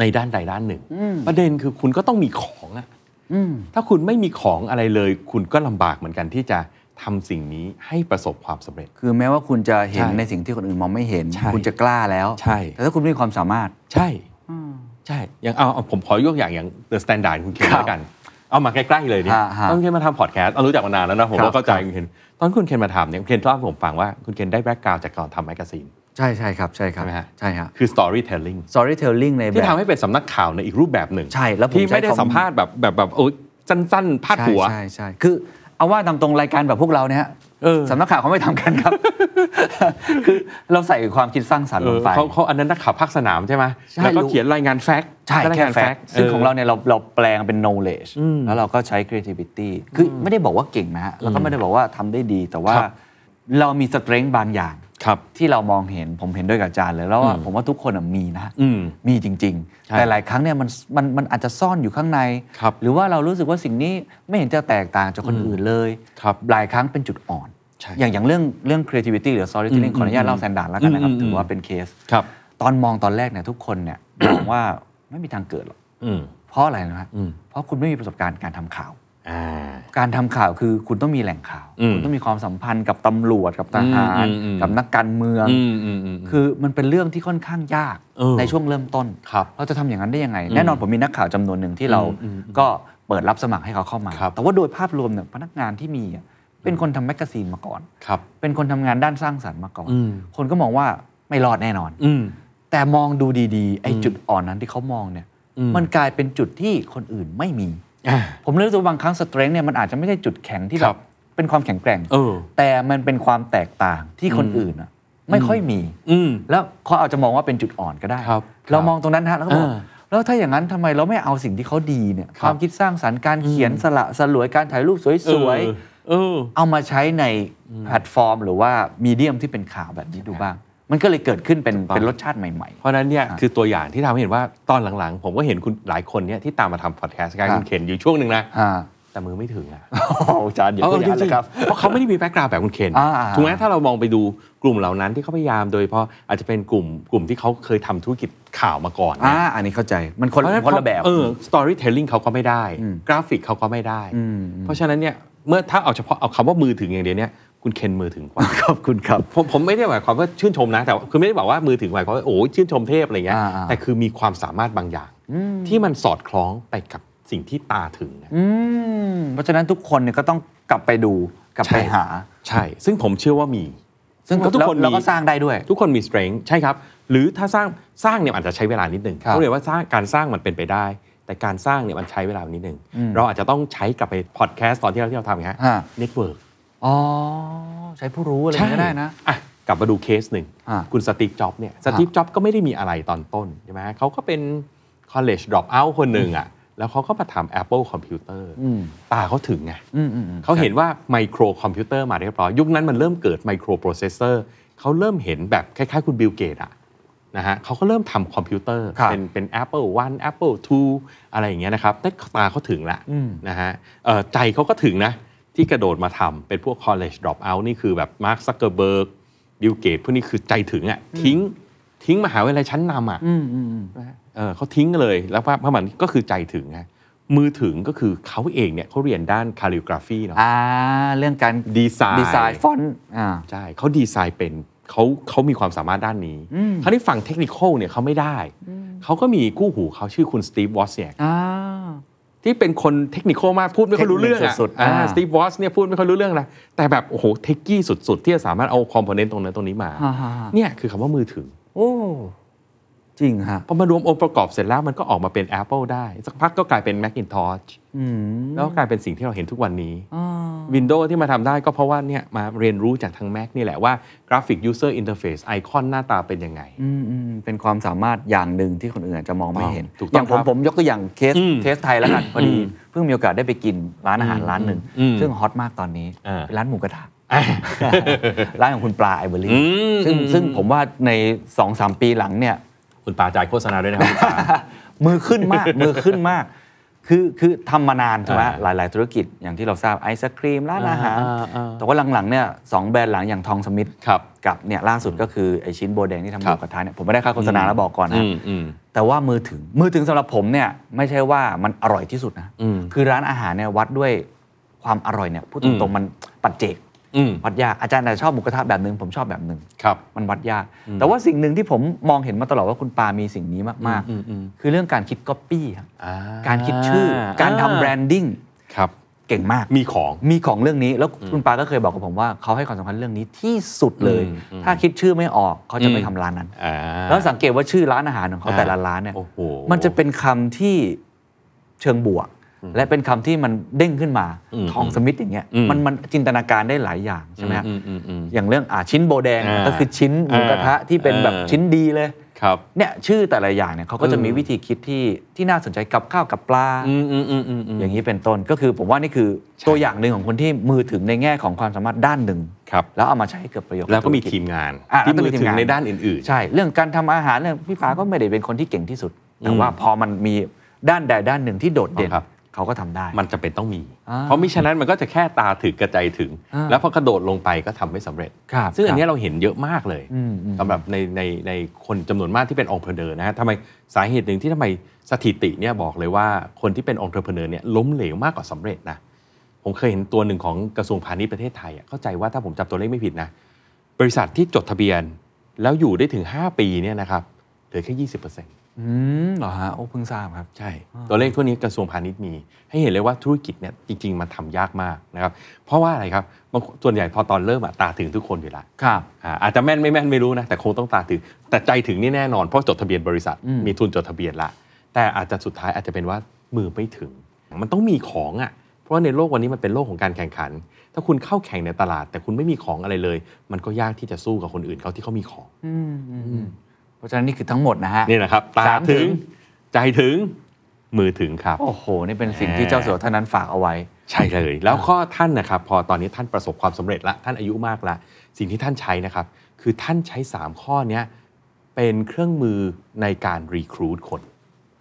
[SPEAKER 1] ในด้านใดด้านหนึ่ง ประเด็นคือคุณก็ต้องมีของอะถ้าคุณไม่มีของอะไรเลย คุณก็ลำบากเหมือนกันที่จะทำสิ่งนี้ให้ประสบความสำเร็จ
[SPEAKER 2] คือแม้ว่าคุณจะเห็น
[SPEAKER 1] ใช่
[SPEAKER 2] ในสิ่งที่คนอื่นมองไม่เห็น
[SPEAKER 1] ใช่
[SPEAKER 2] คุณจะกล้าแล้ว
[SPEAKER 1] ใช่
[SPEAKER 2] แต่ถ้าคุณไม่มีความสามารถ
[SPEAKER 1] ใช่ ใช่อย่างเอาเอาผมขอยกอย่างอย่าง The Standard คุณเคน
[SPEAKER 2] ครับ
[SPEAKER 1] แล้วกัน เอามาใกล้ๆเลยเนี่ย
[SPEAKER 2] ฮะฮะ
[SPEAKER 1] ตอนคุณเคนมาทำพอดแคสต์เอารู้จักมานานแล้วนะผม
[SPEAKER 2] ครั
[SPEAKER 1] ก็
[SPEAKER 2] บ
[SPEAKER 1] เข้าใจ
[SPEAKER 2] ครับ
[SPEAKER 1] คุณเคนตอนคุณเคนมาทำเนี่ยคุณเคนเล่าให้ผมฟังว่าคุณเคนได้แบ็กกราวจากการทำแมกกาซีน
[SPEAKER 2] ใช่ใช่ครับ ใช่ครับ
[SPEAKER 1] ใช่ไหมฮะ
[SPEAKER 2] ใช่ฮะ
[SPEAKER 1] คือ storytelling
[SPEAKER 2] storytelling ในแบ
[SPEAKER 1] ที่
[SPEAKER 2] บ
[SPEAKER 1] ทำให้เป็นสำนักข่าวในอีกรูปแบบหนึ่ง
[SPEAKER 2] ใช่แล้วผม
[SPEAKER 1] ที่ไม่ได้
[SPEAKER 2] ใช้คำ
[SPEAKER 1] สัมภาษณ์แบบแบบแบบโอ้ยสั้นๆพาด
[SPEAKER 2] ใช่
[SPEAKER 1] หัว
[SPEAKER 2] ใช่ใช่คือเอาว่าตามตรงรายการแบบพวกเราเนี่ยฮะ
[SPEAKER 1] เออ
[SPEAKER 2] สำนักข่าวเขาไม่ทำกัน ครับ คือเราใส่ความคิดสร้างสรรค์
[SPEAKER 1] เอ
[SPEAKER 2] ล
[SPEAKER 1] อง
[SPEAKER 2] ไป
[SPEAKER 1] เขาเขาอันนั้นนักข่าวภาคสนามใช่ไหม
[SPEAKER 2] ใช่
[SPEAKER 1] แล้วก็
[SPEAKER 2] รู้
[SPEAKER 1] เขียนรายงานแฟกต์
[SPEAKER 2] ใช่
[SPEAKER 1] ก็ราย
[SPEAKER 2] แค่
[SPEAKER 1] งาน
[SPEAKER 2] แฟ
[SPEAKER 1] แฟ
[SPEAKER 2] ก
[SPEAKER 1] ก
[SPEAKER 2] ต์
[SPEAKER 1] ต์
[SPEAKER 2] ซึ่งของเรา
[SPEAKER 1] เ
[SPEAKER 2] เนี่ยเราเราแปลงเป็น knowledge
[SPEAKER 1] อืม
[SPEAKER 2] แล้วเราก็ใช้ creativity คืออไม่ได้บอกว่าเก่งนะฮะแล้วก็ไม่ได้บอกว่าทำได้ดี แต่ว่า
[SPEAKER 1] ครับ
[SPEAKER 2] เรามี strength บางอย่าง
[SPEAKER 1] ครับ
[SPEAKER 2] ที่เรามองเห็นผมเห็นด้วยกับอาจารย์เลยแล้วว่า
[SPEAKER 1] อืม
[SPEAKER 2] ผมว่าทุกคนอะมีนะ
[SPEAKER 1] อืม
[SPEAKER 2] มีจริง
[SPEAKER 1] ใช่
[SPEAKER 2] ๆ แต่หลายครั้งเนี่ยมันมันมันอาจจะซ่อนอยู่ข้างใน
[SPEAKER 1] ครับ
[SPEAKER 2] หรือว่าเรารู้สึกว่าสิ่งนี้ไม่เห็นจะแตกต่างจากคนอื่นเลย
[SPEAKER 1] ครับ
[SPEAKER 2] หลายครั้งเป็นจุดอ่อน
[SPEAKER 1] ใช่
[SPEAKER 2] อย่างอย่างเรื่องเรื่อง creativity หรือ storytelling ขออนุญาตเล่าแซนดานแล้วกันนะครับ
[SPEAKER 1] อืมอืม
[SPEAKER 2] ถือว่าเป็นเคส
[SPEAKER 1] ครับ
[SPEAKER 2] ตอนมองตอนแรกเนี่ยทุกคนเนี่ย มองว่าไม่มีทางเกิดหรอก
[SPEAKER 1] อืม
[SPEAKER 2] เพราะอะไรนะฮะ
[SPEAKER 1] อืม
[SPEAKER 2] เพราะคุณไม่มีประสบการณ์การทำข่าว
[SPEAKER 1] อ่า
[SPEAKER 2] การทำข่าวคือคุณต้องมีแหล่งข่าว
[SPEAKER 1] อืม
[SPEAKER 2] คุณต้องมีความสัมพันธ์กับตำรวจกับทหาร
[SPEAKER 1] อืมอืมอืม
[SPEAKER 2] กับนักการเมือง
[SPEAKER 1] อืมอืมอืม
[SPEAKER 2] คือมันเป็นเรื่องที่ค่อนข้างยาก
[SPEAKER 1] เออ
[SPEAKER 2] ในช่วงเริ่มต้น
[SPEAKER 1] ครับ
[SPEAKER 2] เราจะทำอย่างนั้นได้ยังไง แน่นอนผมมีนักข่าวจำนวนหนึ่งที่เรา
[SPEAKER 1] อืมอืมอืม
[SPEAKER 2] ก็เปิดรับสมัครให้เขาเข้ามา
[SPEAKER 1] ครับ
[SPEAKER 2] แต่ว่าโดยภาพรวมเนี่ยพนักงานที่มีอะเป็นคนทำแมกกาซีนมาก่อน
[SPEAKER 1] ครับ
[SPEAKER 2] เป็นคนทำงานด้านสร้างสรรค์มาก่อน
[SPEAKER 1] อืม
[SPEAKER 2] คนก็มองว่าไม่รอดแน่นอน
[SPEAKER 1] อืม
[SPEAKER 2] แต่มองดูดีๆ ไอ้
[SPEAKER 1] อืม
[SPEAKER 2] จุดอ่อนนั้นที่เขามองเนี่ย
[SPEAKER 1] อืม
[SPEAKER 2] มันกลายเป็นจุดที่คนอื่นไม่มี
[SPEAKER 1] อ่า
[SPEAKER 2] ผมเลยรู้สึกว่าบางครั้งสเตรนท์เนี่ยมันอาจจะไม่ใช่จุดแข็งที่
[SPEAKER 1] ค
[SPEAKER 2] แบ
[SPEAKER 1] รั
[SPEAKER 2] บบ เป็นความแข็งแกร่ง
[SPEAKER 1] เออ
[SPEAKER 2] แต่มันเป็นความแตกต่างที่คนอื่นอะไม่ค่อยมี
[SPEAKER 1] อืม
[SPEAKER 2] แล้วเขาอาจจะมองว่าเป็นจุดอ่อนก็ได้
[SPEAKER 1] ครับ
[SPEAKER 2] เรามองตรงนั้นฮะแล้วก็บอก
[SPEAKER 1] อ่า
[SPEAKER 2] แล้วถ้าอย่างนั้นทำไมเราไม่เอาสิ่งที่เขาดีเนี่ย
[SPEAKER 1] ค
[SPEAKER 2] ครับ วามคิดสร้างสรรค์การเขียนสละสลวยการถ่ายรูปสวย
[SPEAKER 1] เออ
[SPEAKER 2] ๆ เอามาใช้ในแพลตฟอร์ม หรือว่ามีเดียมที่เป็นข่าวแบบนี้ดูบ้าง มันก็เลยเกิดขึ้นเป็น
[SPEAKER 1] ถูกต้อง
[SPEAKER 2] เป็นรสชาติใหม่
[SPEAKER 1] เพราะฉะนั้นเนี่ย
[SPEAKER 2] อ่ะ
[SPEAKER 1] คือตัวอย่างที่ทำให้เห็นว่าตอนหลังๆ ผมก็เห็นคุณหลายคนเนี่ยที่ตามมาทำพอดแคสต์กัน
[SPEAKER 2] ครับ
[SPEAKER 1] คุณเข็นอยู่ช่วงหนึ่งนะ
[SPEAKER 2] ๆอ่า
[SPEAKER 1] แต่มือไม่ถึงอ่ะ
[SPEAKER 2] อาจารย์อย่าพูดอย่างนั้นเลยครับ
[SPEAKER 1] เพราะเขาไม่ได้มีแบ็กกราวด์แบบคุณเข็น
[SPEAKER 2] อ่าอ่า
[SPEAKER 1] ถูกไหมถ้าเรามองไปดูกลุ่มเหล่านั้นที่เขาพยายามโดยเฉพาะอาจจะเป็นกลุ่มกลุ่มที่เขาเคยทำธุรกิจข่าวมาก่อน
[SPEAKER 2] อ่า
[SPEAKER 1] นะ
[SPEAKER 2] อันนี้เข้าใจมันคน
[SPEAKER 1] เพราฉ
[SPEAKER 2] คนละแบบ
[SPEAKER 1] เออ storytelling เขาก็ไม่ได้
[SPEAKER 2] อืม
[SPEAKER 1] กราฟิกเขาก็ไม่ได้
[SPEAKER 2] อืมอืม
[SPEAKER 1] เพราะฉะนั้นเนี่ยเมื่อถ้าเอาเฉพาะเอาคำว่ามือถึงอย่างเดียวเนี่ยคุณเคนมือถึงกว่า
[SPEAKER 2] ขอบคุณครับ
[SPEAKER 1] ผมผมไม่ได้หมายความว่าชื่นชมนะ แต่ว่าคือไม่ได้บอกว่ามือถึงหมายความว่าโอ้ยชื่นชมเทพอะไรเงี้ย
[SPEAKER 2] อ่าๆ
[SPEAKER 1] แต่คือมีความสามารถบางอย่าง ที่มันสอดคล้องไปกับสิ่งที่ตาถึงนะ
[SPEAKER 2] อืมเพราะฉะนั้นทุกคนเนี่ยก็ต้องกลับไปดูกลับไปหา
[SPEAKER 1] ใช่ ซึ่งผมเชื่อว่ามี
[SPEAKER 2] ซึ่ง
[SPEAKER 1] เพราะทุกคน
[SPEAKER 2] เรา
[SPEAKER 1] มี
[SPEAKER 2] ก็สร้างได้ด้วย
[SPEAKER 1] ทุกคนมี strength ใช่ครับ หรือถ้าสร้างสร้างเนี่ยอาจจะใช้เวลานิดหนึ่ง
[SPEAKER 2] ครับ
[SPEAKER 1] เขาเรียกว่าสร้างการสร้างมันเป็นไปได้ แต่การสร้างเนี่ยมันใช้เวลานิดหนึ่ง
[SPEAKER 2] อืม
[SPEAKER 1] เราอาจจะต้องใช้กลับไปพอดแคสต์ตอนที่เราที่เราทำไงฮะ
[SPEAKER 2] ฮะ
[SPEAKER 1] network
[SPEAKER 2] อ๋อ ใช้ผู้รู้อะไรอย่างนี้ก็ได้นะ
[SPEAKER 1] อ่ะกลับมาดูเคสหนึ่ง
[SPEAKER 2] อ่า
[SPEAKER 1] คุณสตีฟจ็อบเนี่ยสตีฟจ็อบก็ไม่ได้มีอะไรตอนต้นใช่ไหมเขาก็เป็น college dropout คนหนึ่งอ่ะแล้วเขาก็มาทำ Apple Computer
[SPEAKER 2] อืม
[SPEAKER 1] ตาเขาถึงไง
[SPEAKER 2] อืมอืมอืม
[SPEAKER 1] เขาเห็นว่าไมโครคอมพิวเตอร์มาเรียบร้อย ยุคนั้นมันเริ่มเกิดไมโครโปรเซสเซอร์เขาเริ่มเห็นแบบคล้ายๆ คุณบิลเกตอะนะฮะเขาก็เริ่มทำคอมพิวเตอร์
[SPEAKER 2] ครับ
[SPEAKER 1] เป็นเป็น Apple 1 Apple 2 อะไรอย่างเงี้ยนะครับแต่ตาเขาถึงละ
[SPEAKER 2] อืม
[SPEAKER 1] นะฮะเอ่อใจเขาก็ถึงนะ ที่กระโดดมาทำเป็นพวก college dropout นี่คือแบบมาร์คซักเกอร์เบิร์กบิลเกตพวกนี้คือใจถึงอะทิ้งทิ้งมหาวิทยาลัยชั้นนำอะ
[SPEAKER 2] อืมอืมอืม
[SPEAKER 1] เออเขาทิ้งเลยแล้วว่าพระมันก็คือใจถึงไงมือถึงก็คือเขาเองเนี่ยเขาเรียนด้านคาลิกราฟีเนาะ
[SPEAKER 2] อ่า เรื่องการ
[SPEAKER 1] ดีไซน์
[SPEAKER 2] ดีไซน์ฟอนต์อ่า
[SPEAKER 1] ใช่เขาดีไซน์เป็นเขาเขามีความสามารถด้านนี้
[SPEAKER 2] อืม
[SPEAKER 1] คราวนี้ฝั่งเทคนิคอลเนี่ยเขาไม่ได้ เขาก็มีกู้หูเขาชื่อคุณสตีฟวอสเซียก
[SPEAKER 2] อ่า
[SPEAKER 1] ที่เป็นคนเทคนิคอลมากพูดไม่ค่อยรู้เรื่อง
[SPEAKER 2] เทคนิ
[SPEAKER 1] อ่ะ
[SPEAKER 2] คสุดๆอ่า
[SPEAKER 1] สตีฟวอสเนี่ยพูดไม่ค่อยรู้เรื่องนะแต่แบบโอ้โหเทคกี้สุด ๆ ที่จะสามารถเอาคอมโพเนนต์ตรงนั้นตรงนี้มา
[SPEAKER 2] ฮ่าฮ่าฮ่า
[SPEAKER 1] เนี่ยคือคำว่ามือถึง
[SPEAKER 2] โอ้จริงฮะ
[SPEAKER 1] พอมารวมองค์ประกอบเสร็จแล้วมันก็ออกมาเป็น Apple ได้ สักพักก็กลายเป็น Macintosh
[SPEAKER 2] อืม
[SPEAKER 1] แล้วก็กลายเป็นสิ่งที่เราเห็นทุกวันนี้
[SPEAKER 2] อ่า
[SPEAKER 1] Windows ที่มาทำได้ก็เพราะว่าเนี่ยมาเรียนรู้จากทาง Mac นี่แหละว่า Graphic User Interface ไอคอนหน้าตาเป็นยังไง
[SPEAKER 2] อืมอืมเป็นความสามารถอย่างหนึ่งที่คนอื่นอาจจะมองไม่เห็น
[SPEAKER 1] ถูกต้อง
[SPEAKER 2] อย่างผม
[SPEAKER 1] ครับ
[SPEAKER 2] ผมยกตัวอย่างเคส
[SPEAKER 1] อืม
[SPEAKER 2] เทสไทยแล้วกันพอดี
[SPEAKER 1] อืม
[SPEAKER 2] เพิ่งมีโอกาสได้ไปกินร้านอาหาร
[SPEAKER 1] อืม
[SPEAKER 2] ร้านหนึ่ง
[SPEAKER 1] อืม
[SPEAKER 2] ซึ่งฮอตมากตอนนี้
[SPEAKER 1] อ่า
[SPEAKER 2] เป็นร้านหมูกระทะ
[SPEAKER 1] อ่ะ
[SPEAKER 2] ร้านของคุณปลาไอเบอรี่
[SPEAKER 1] อืม
[SPEAKER 2] ซึ่ง
[SPEAKER 1] อืม
[SPEAKER 2] ซึ่งผมว่าใน2อสามปีหลังเนี่ย
[SPEAKER 1] คุณปาจ่ายโฆษณาด้วยนะครับคุณปา
[SPEAKER 2] มือขึ้นมาก มือขึ้นมาก คือคือทำมานานใช่ไหม
[SPEAKER 1] อ่า
[SPEAKER 2] หลาย ๆ ธุรกิจอย่างที่เราทราบไอศครีมร้านอาหาร
[SPEAKER 1] อ่าอ่า
[SPEAKER 2] แต่ว่าหลัง ๆ เนี่ยสองแบรนด์หลังอย่างทองสมิธ
[SPEAKER 1] ครับ
[SPEAKER 2] กับเนี่ยล่าสุดก็คือไอชิ้นโบแดงที่ทำห
[SPEAKER 1] ครั
[SPEAKER 2] มู
[SPEAKER 1] บ
[SPEAKER 2] กระทะเนี่ยผมไม่ได้ค่าโฆษณาแล้วบอกก่อนนะ
[SPEAKER 1] มอืม
[SPEAKER 2] แต่ว่ามือถึงมือถึงสำหรับผมเนี่ยไม่ใช่ว่ามันอร่อยที่สุดนะ
[SPEAKER 1] อืม
[SPEAKER 2] คือร้านอาหารเนี่ยวัดด้วยความอร่อยเนี่ยพูดต
[SPEAKER 1] อื
[SPEAKER 2] รง
[SPEAKER 1] ม
[SPEAKER 2] ๆมันปัจเจก
[SPEAKER 1] อืม
[SPEAKER 2] วัดยากอาจารย์อาจจะชอบหมูกระทะแบบหนึ่งผมชอบแบบหนึ่ง
[SPEAKER 1] ครับ
[SPEAKER 2] มันวัดยาก แต่ว่าสิ่งหนึ่งที่ผมมองเห็นมาตลอดว่าคุณปามีสิ่งนี้มาก
[SPEAKER 1] อืมอืมอืม
[SPEAKER 2] ๆ คือเรื่องการคิดก๊อปปี้
[SPEAKER 1] อ่
[SPEAKER 2] การคิดชื่อ การทำแบรนดิ้ง
[SPEAKER 1] ครับ
[SPEAKER 2] เก่งมาก
[SPEAKER 1] มีของ
[SPEAKER 2] มีของเรื่องนี้แล้วคุณปาก็เคยบอกกับผมว่าเขาให้ความสำคัญเรื่องนี้ที่สุดเลย
[SPEAKER 1] อืมอืม
[SPEAKER 2] ถ้าคิดชื่อไม่ออกเขาจะไม่
[SPEAKER 1] อืม
[SPEAKER 2] ทำร้านนั้น
[SPEAKER 1] อ่า
[SPEAKER 2] แล้วสังเกตว่าชื่อร้านอาหารของเขา
[SPEAKER 1] อ่า
[SPEAKER 2] แต่ละร้านเนี่ย
[SPEAKER 1] โอ้โห
[SPEAKER 2] มันจะเป็นคำที่เชิงบวก และเป็นคำที่มันเด้งขึ้นมา
[SPEAKER 1] อืม
[SPEAKER 2] ทองสมิธอย่างเงี้ย
[SPEAKER 1] อืม
[SPEAKER 2] มันมันจินตนาการได้หลายอย่างใช่ไหมฮะ
[SPEAKER 1] อืมอืมอืม
[SPEAKER 2] อย่างเรื่องอ่าชิ้นโบแดง
[SPEAKER 1] อ่า
[SPEAKER 2] ก็คือชิ้นหมูกระทะ
[SPEAKER 1] อ่า
[SPEAKER 2] ที่เป็นแบบ
[SPEAKER 1] อ่า
[SPEAKER 2] ชิ้นดีเลย
[SPEAKER 1] ครับ
[SPEAKER 2] เนี่ยชื่อแต่ละอย่างเนี่ยเขาก็จะ
[SPEAKER 1] อืม
[SPEAKER 2] มีวิธีคิดที่ที่น่าสนใจกับข้าวกับปลา
[SPEAKER 1] อืมอืมอืมอืมม
[SPEAKER 2] อย่างนี้เป็นต้นก็คือผมว่านี่คือ
[SPEAKER 1] ใช่
[SPEAKER 2] ตัวอย่างหนึ่งของคนที่มือถึงในแง่ของความสามารถด้านหนึ่ง
[SPEAKER 1] ครับ
[SPEAKER 2] แล้วเอามาใช้ให้เกิดประโยชน์บ
[SPEAKER 1] แล้วก็มี
[SPEAKER 2] ธุรจ
[SPEAKER 1] ทีมงาน
[SPEAKER 2] อ่ะ
[SPEAKER 1] ที่
[SPEAKER 2] แล้วก็
[SPEAKER 1] มือ
[SPEAKER 2] มีทีม
[SPEAKER 1] ถึง
[SPEAKER 2] งาน
[SPEAKER 1] ในด้านอื่น
[SPEAKER 2] ใช่ เรื่องการทำอาหารเรื่องพี่ฟ้าก็ไม่ได้เป็นคนที่เก่งที่สุด แต่
[SPEAKER 1] อืม
[SPEAKER 2] ว่าพอมันมีด้านใดด้านหนึ่งที่โดดเด่น
[SPEAKER 1] ครับ
[SPEAKER 2] เขาก็ทำได้
[SPEAKER 1] ๆ มันจะเป็นต้องมี
[SPEAKER 2] อ่า
[SPEAKER 1] เพราะมิฉะนั้นมันก็จะแค่ตาถึงกระใจถึง
[SPEAKER 2] อ่า
[SPEAKER 1] แล้วพอกระโดดลงไปก็ทำไม่สำเร็จ
[SPEAKER 2] ครับ
[SPEAKER 1] ซึ่งอันเนี้ยเราเห็นเยอะมากเลย
[SPEAKER 2] อืมอืม
[SPEAKER 1] สำหรับในในในคนจำนวนมากที่เป็นองค์ประเดินะฮะทำไมสาเหตุหนึ่งที่ทำไมสถิติเนี่ยบอกเลยว่าคนที่เป็นองค์ประเดิเนี่ยล้มเหลวมากกว่าสำเร็จนะ ผมเคยเห็นตัวหนึ่งของกระทรวงพาณิชย์ประเทศไทยอะเข้าใจว่าถ้าผมจำตัวเลขไม่ผิดนะ บริษัทที่จดทะเบียนแล้วอยู่ได้ถึง 5 ปีเนี่ยนะครับเหลือแค่ 20%
[SPEAKER 2] อืมเหรอฮะโอ้เพิ่งทราบครับ
[SPEAKER 1] ใช่ ตัวเลขทั่วนี้กระทรวงพาณิชย์มี ให้เห็นเลยว่าธุรกิจเนี่ยจริง ๆ มันทำยากมากนะครับ เพราะว่าอะไรครับบางส่วนใหญ่พอตอนเริ่มอะตาถึงทุกคนอยู่ละ
[SPEAKER 2] ครับ
[SPEAKER 1] อ่าอาจจะแม่นไม่แม่นไม่รู้นะ แต่คงต้องตาถึง แต่ใจถึงนี่แน่นอน เพราะจดทะเบียนบริษัท
[SPEAKER 2] อืม
[SPEAKER 1] มีทุนจดทะเบียนละ แต่อาจจะสุดท้ายอาจจะเป็นว่ามือไม่ถึง มันต้องมีของอะ่ะ เพราะว่าในโลกวันนี้มันเป็นโลกของการแข่งขัน ถ้าคุณเข้าแข่งในตลาด แต่คุณไม่มีของอะไรเลย มันก็ยากที่จะสู้กับคนอื่นเขาที่เขามีของ
[SPEAKER 2] อืมอืมอืมเพราะฉะนั้นนี่คือทั้งหมดนะฮะ
[SPEAKER 1] นี่นะครับ ตา
[SPEAKER 2] สามถึ
[SPEAKER 1] ถึ
[SPEAKER 2] ง
[SPEAKER 1] ง ใจถึง มือถึงครับ
[SPEAKER 2] โอ้โห นี่เป็นสิ่งที่เจ้าสัวเท่านั้นฝากเอาไว้
[SPEAKER 1] ใช่เลย แล้วข้อท่านนะครับ พอตอนนี้ท่านประสบความสำเร็จละท่านอายุมากละสิ่งที่ท่านใช้นะครับ คือท่านใช้ 3 ข้อเนี้ยเป็นเครื่องมือในการรีครูดคน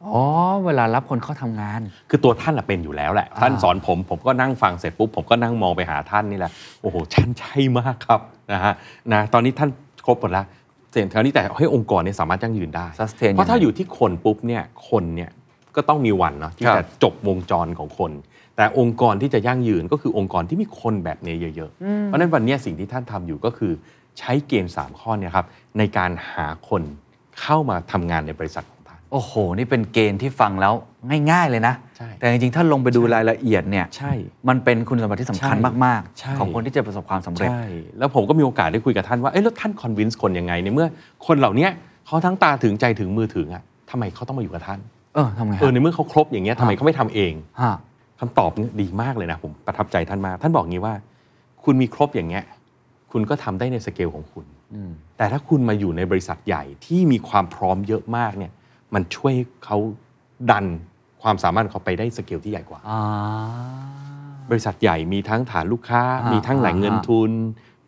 [SPEAKER 2] อ๋อ เวลารับคนเข้าทำงาน
[SPEAKER 1] คือตัวท่านละเป็นอยู่แล้วแหละ ท่าน
[SPEAKER 2] อ่า
[SPEAKER 1] สอนผม ผมก็นั่งฟังเสร็จปุ๊บ ผมก็นั่งมองไปหาท่านนี่แหละ โอ้โหท่านใช่มากครับนะฮะนะตอนนี้ท่านครบหมดละเสร็จแถวนี้แต่ให้องค์กรเนี่ยสามารถยั่งยืนได้
[SPEAKER 2] Sustain
[SPEAKER 1] เพราะถ้า
[SPEAKER 2] ยังไง
[SPEAKER 1] อยู่ที่คนปุ๊บเนี่ยคนเนี่ยก็ต้องมีวันเนาะที่
[SPEAKER 2] ครับ
[SPEAKER 1] จะจบวงจรของคน แต่องค์กรที่จะยั่งยืนก็คือองค์กรที่มีคนแบบนี้เยอะๆ เพราะฉะนั้นวันเนี้ยสิ่งที่ท่านทำอยู่ก็คือใช้เกณฑ์สามข้อเนี่ยครับในการหาคนเข้ามาทำงานในบริษัทของท่าน
[SPEAKER 2] โอ้โห นี่เป็นเกณฑ์ที่ฟังแล้วง่าย ๆ เลยนะ
[SPEAKER 1] ใช่
[SPEAKER 2] แต่จริงๆ ถ้าลงไปดูรายละเอียดเนี่ย
[SPEAKER 1] ใช่
[SPEAKER 2] มันเป็นคุณสมบัติที่สำคัญ
[SPEAKER 1] ใช่
[SPEAKER 2] มาก
[SPEAKER 1] ใช่
[SPEAKER 2] ๆ ของคนที่จะประสบความสำเร็จ
[SPEAKER 1] ใช่ แล้วผมก็มีโอกาสได้คุยกับท่านว่า เอ้ยแล้วท่านคอนวินส์คนยังไงในเมื่อคนเหล่าเนี้ยเขาทั้งตาถึงใจถึงมือถึงอะทำไมเขาต้องมาอยู่กับท่าน
[SPEAKER 2] เออทำไง
[SPEAKER 1] เออ
[SPEAKER 2] ฮะ
[SPEAKER 1] ในเมื่อเขาครบอย่างเงี้ยทำไมเขาไม่ทำเอง
[SPEAKER 2] ฮะ
[SPEAKER 1] คำตอบเนี่ยดีมากเลยนะ ผมประทับใจท่านมากท่านบอกงี้ว่า คุณมีครบอย่างเงี้ยคุณก็ทำได้ในสเกลของคุณ
[SPEAKER 2] อืม
[SPEAKER 1] แต่ถ้าคุณมาอยู่ในบริษัทใหญ่ที่มีความพร้อมเยอะมากเนี่ยมันช่วยเขาดันความสามารถของเขาไปได้สเกลที่ใหญ่กว่า
[SPEAKER 2] อ่า
[SPEAKER 1] บริษัทใหญ่มีทั้งฐานลูกค้า
[SPEAKER 2] อ่ามี
[SPEAKER 1] มีทั้งแหล่งเงิน
[SPEAKER 2] อ่า
[SPEAKER 1] ทุน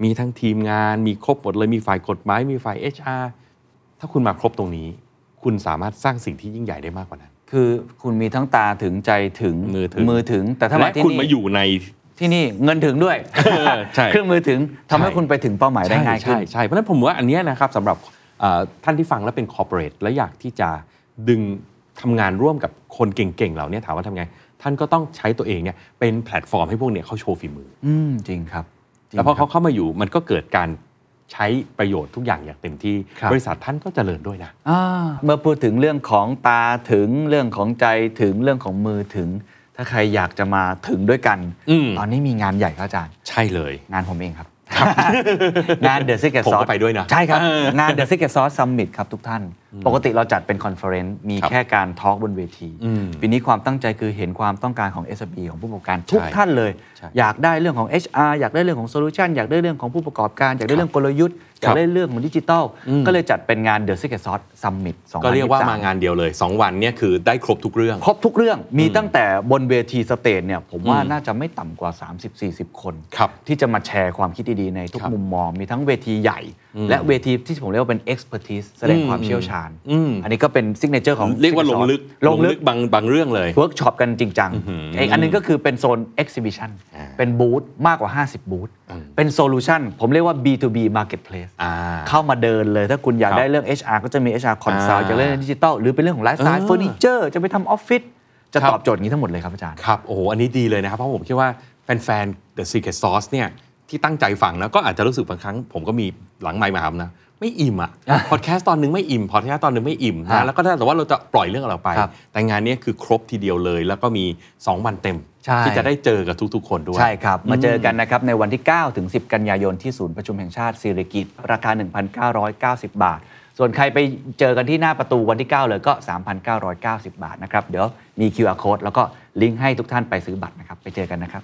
[SPEAKER 1] มีทั้งทีมงาน มีครบหมดเลยมีฝ่ายกฎหมายมีฝ่าย HR ถ้าคุณมาครบตรงนี้ คุณสามารถสร้างสิ่งที่ยิ่งใหญ่ได้มากกว่านั้น
[SPEAKER 2] คือคุณมีทั้งตาถึงใจถึง
[SPEAKER 1] มือถึง
[SPEAKER 2] ถึง แต่ถ้ามา
[SPEAKER 1] และ
[SPEAKER 2] ที่
[SPEAKER 1] คุณ
[SPEAKER 2] นี่
[SPEAKER 1] มาอยู่ใน
[SPEAKER 2] ที่นี่เงินถึงด้วย
[SPEAKER 1] ใช่
[SPEAKER 2] เครื่องมือถึงทำให้คุณไปถึงเป้าหมายได้ง่ายขึ้น
[SPEAKER 1] ใช่ใช่ใช่เพราะฉะนั้นผมว่าอันเนี้ยนะครับสำหรับเอ่อท่านที่ฟังแล้วเป็นคอร์ปอเรทและอยากที่จะดึงทำงานร่วมกับคนเก่งๆเหล่าเนี้ยถามว่าทำไง ท่านก็ต้องใช้ตัวเองเนี่ยเป็นแพลตฟอร์มให้พวกเนี่ยเขาโชว์ฝีมือ
[SPEAKER 2] อืม จริงครับจริง
[SPEAKER 1] แล้วพอ
[SPEAKER 2] ครั
[SPEAKER 1] เขา
[SPEAKER 2] บ
[SPEAKER 1] เข้ามาอยู่มันก็เกิดการใช้ประโยชน์ทุกอย่างอย่างเต็มที่
[SPEAKER 2] ครับ
[SPEAKER 1] บริษัทท่านก็เจริญด้วยนะ
[SPEAKER 2] อ่าเมื่อพูดถึงเรื่องของตาถึงเรื่องของใจถึงเรื่องของมือถึง ถ้าใครอยากจะมาถึงด้วยกัน
[SPEAKER 1] อืม
[SPEAKER 2] ตอนนี้มีงานใหญ่ครับอาจารย์
[SPEAKER 1] ใช่เลย
[SPEAKER 2] งานผมเองครับ งาน The Secret
[SPEAKER 1] ผมก็
[SPEAKER 2] Sauce
[SPEAKER 1] ไปด้วยนะ
[SPEAKER 2] ใช่ครับ
[SPEAKER 1] เออง
[SPEAKER 2] าน The Secret Sauce Summit ครับทุกท่าน ปกติเราจัดเป็นคอนเฟอเรนซ์มี
[SPEAKER 1] ครับ
[SPEAKER 2] แค่การทอล์กบนเวที
[SPEAKER 1] อืม
[SPEAKER 2] ปีนี้ความตั้งใจคือเห็นความต้องการของ s b ของผู้ประกอบการทุก
[SPEAKER 1] ใช่
[SPEAKER 2] ท่านเลย
[SPEAKER 1] ใช่
[SPEAKER 2] อยากได้เรื่องของ HR อยากได้เรื่องของโซลูชันอยากได้เรื่องของผู้ประกอบการ อยากได้เรื่องกลยุทธ์ อยากได้เรื่องของดิจิทัล
[SPEAKER 1] อืม
[SPEAKER 2] ก็เลยจัดเป็นงาน The Secret Sauce Summit 2023
[SPEAKER 1] ก็เรียกว่ามางานเดียวเลยสองวันเนี่ยคือได้ครบทุกเรื่อง
[SPEAKER 2] ครบทุกเรื่องมีตั้งแต่บนเวทีสเตจเนี่ยผมว่า
[SPEAKER 1] อืม
[SPEAKER 2] น่าจะไม่ต่ำกว่า 30-40 คน
[SPEAKER 1] ครับ
[SPEAKER 2] ที่จะมาแชร์ความคิดดี ๆ ในทุก
[SPEAKER 1] ครับ
[SPEAKER 2] มุมมอง มีทั้งเวทีใหญ่ และเวทีที่ผมเรียกว่าเป็น expertise แสดงความเชี่ยวชาญ
[SPEAKER 1] อืม
[SPEAKER 2] อันนี้ก็เป็น signature ของ
[SPEAKER 1] เรียกว่าล
[SPEAKER 2] Secret
[SPEAKER 1] ง
[SPEAKER 2] Sauce
[SPEAKER 1] ลึก
[SPEAKER 2] ลงลึก
[SPEAKER 1] บางบางเรื่องเลย
[SPEAKER 2] เวิร์กช็อปกันจริงจัง
[SPEAKER 1] อื้อหือ
[SPEAKER 2] อีกอันหนึงก็คือเป็นโซน exhibition
[SPEAKER 1] อ่า
[SPEAKER 2] เป็นบูธมากกว่า 50 บูธ
[SPEAKER 1] อืม
[SPEAKER 2] เป็นโซลูชันผมเรียกว่า B2B marketplace
[SPEAKER 1] อ่า
[SPEAKER 2] เข้ามาเดินเลย ถ้าคุณอยาก
[SPEAKER 1] ครับ
[SPEAKER 2] ได้เรื่อง HR ก็จะมี HR คอนซัลท์
[SPEAKER 1] อ่า
[SPEAKER 2] จะเรื่องดิจิทัลหรือเป็นเรื่องของไลฟ์สไตล์
[SPEAKER 1] อ่า
[SPEAKER 2] เฟอร์นิเจอร์จะไปทำออฟฟิศจะ
[SPEAKER 1] ครับ
[SPEAKER 2] ตอบโจทย์นี้ทั้งหมดเลยครับอาจารย์
[SPEAKER 1] ครับ โอ้โห อันนี้ดีเลยนะครับ เพราะผมคิดว่าแฟนๆ The Secret Sauce เนี่ย ที่ตั้งใจฟังนะ ก็อาจจะรู้สึกบางครั้ง ผมก็มีหลังไมค์มาทำนะ ไม่อิ่ม อ่ะ พอดแคสต์ตอนหนึงไม่อิ่ม พอดแคสต์ตอนหนึงไม่อิ่ม
[SPEAKER 2] ครั
[SPEAKER 1] นะ
[SPEAKER 2] บ
[SPEAKER 1] แล้วก็ถ้าแต่ว่าเราจะปล่อยเรื่องอะไรออกไป
[SPEAKER 2] ครับ
[SPEAKER 1] แต่งานเนี้ยคือครบทีเดียวเลย แล้วก็มี 2 วันเต็ม
[SPEAKER 2] ใช่
[SPEAKER 1] ที่จะได้เจอกับทุกๆ คนด้วย
[SPEAKER 2] ใช่ครับ มาเจอกันนะครับ ในวันที่ 9 ถึง 10 กันยายนที่ศูนย์ประชุมแห่งชาติสิริกิติ์ราคา 1,990 บาท ส่วนใครไปเจอกันที่หน้าประตูวันที่ 9 เลยก็ 3,990 บาทนะครับ เดี๋ยวมี QR code แล้วก็ลิงก์ให้ทุกท่านไปซื้อบัตรนะครับ ไปเจอกันนะครับ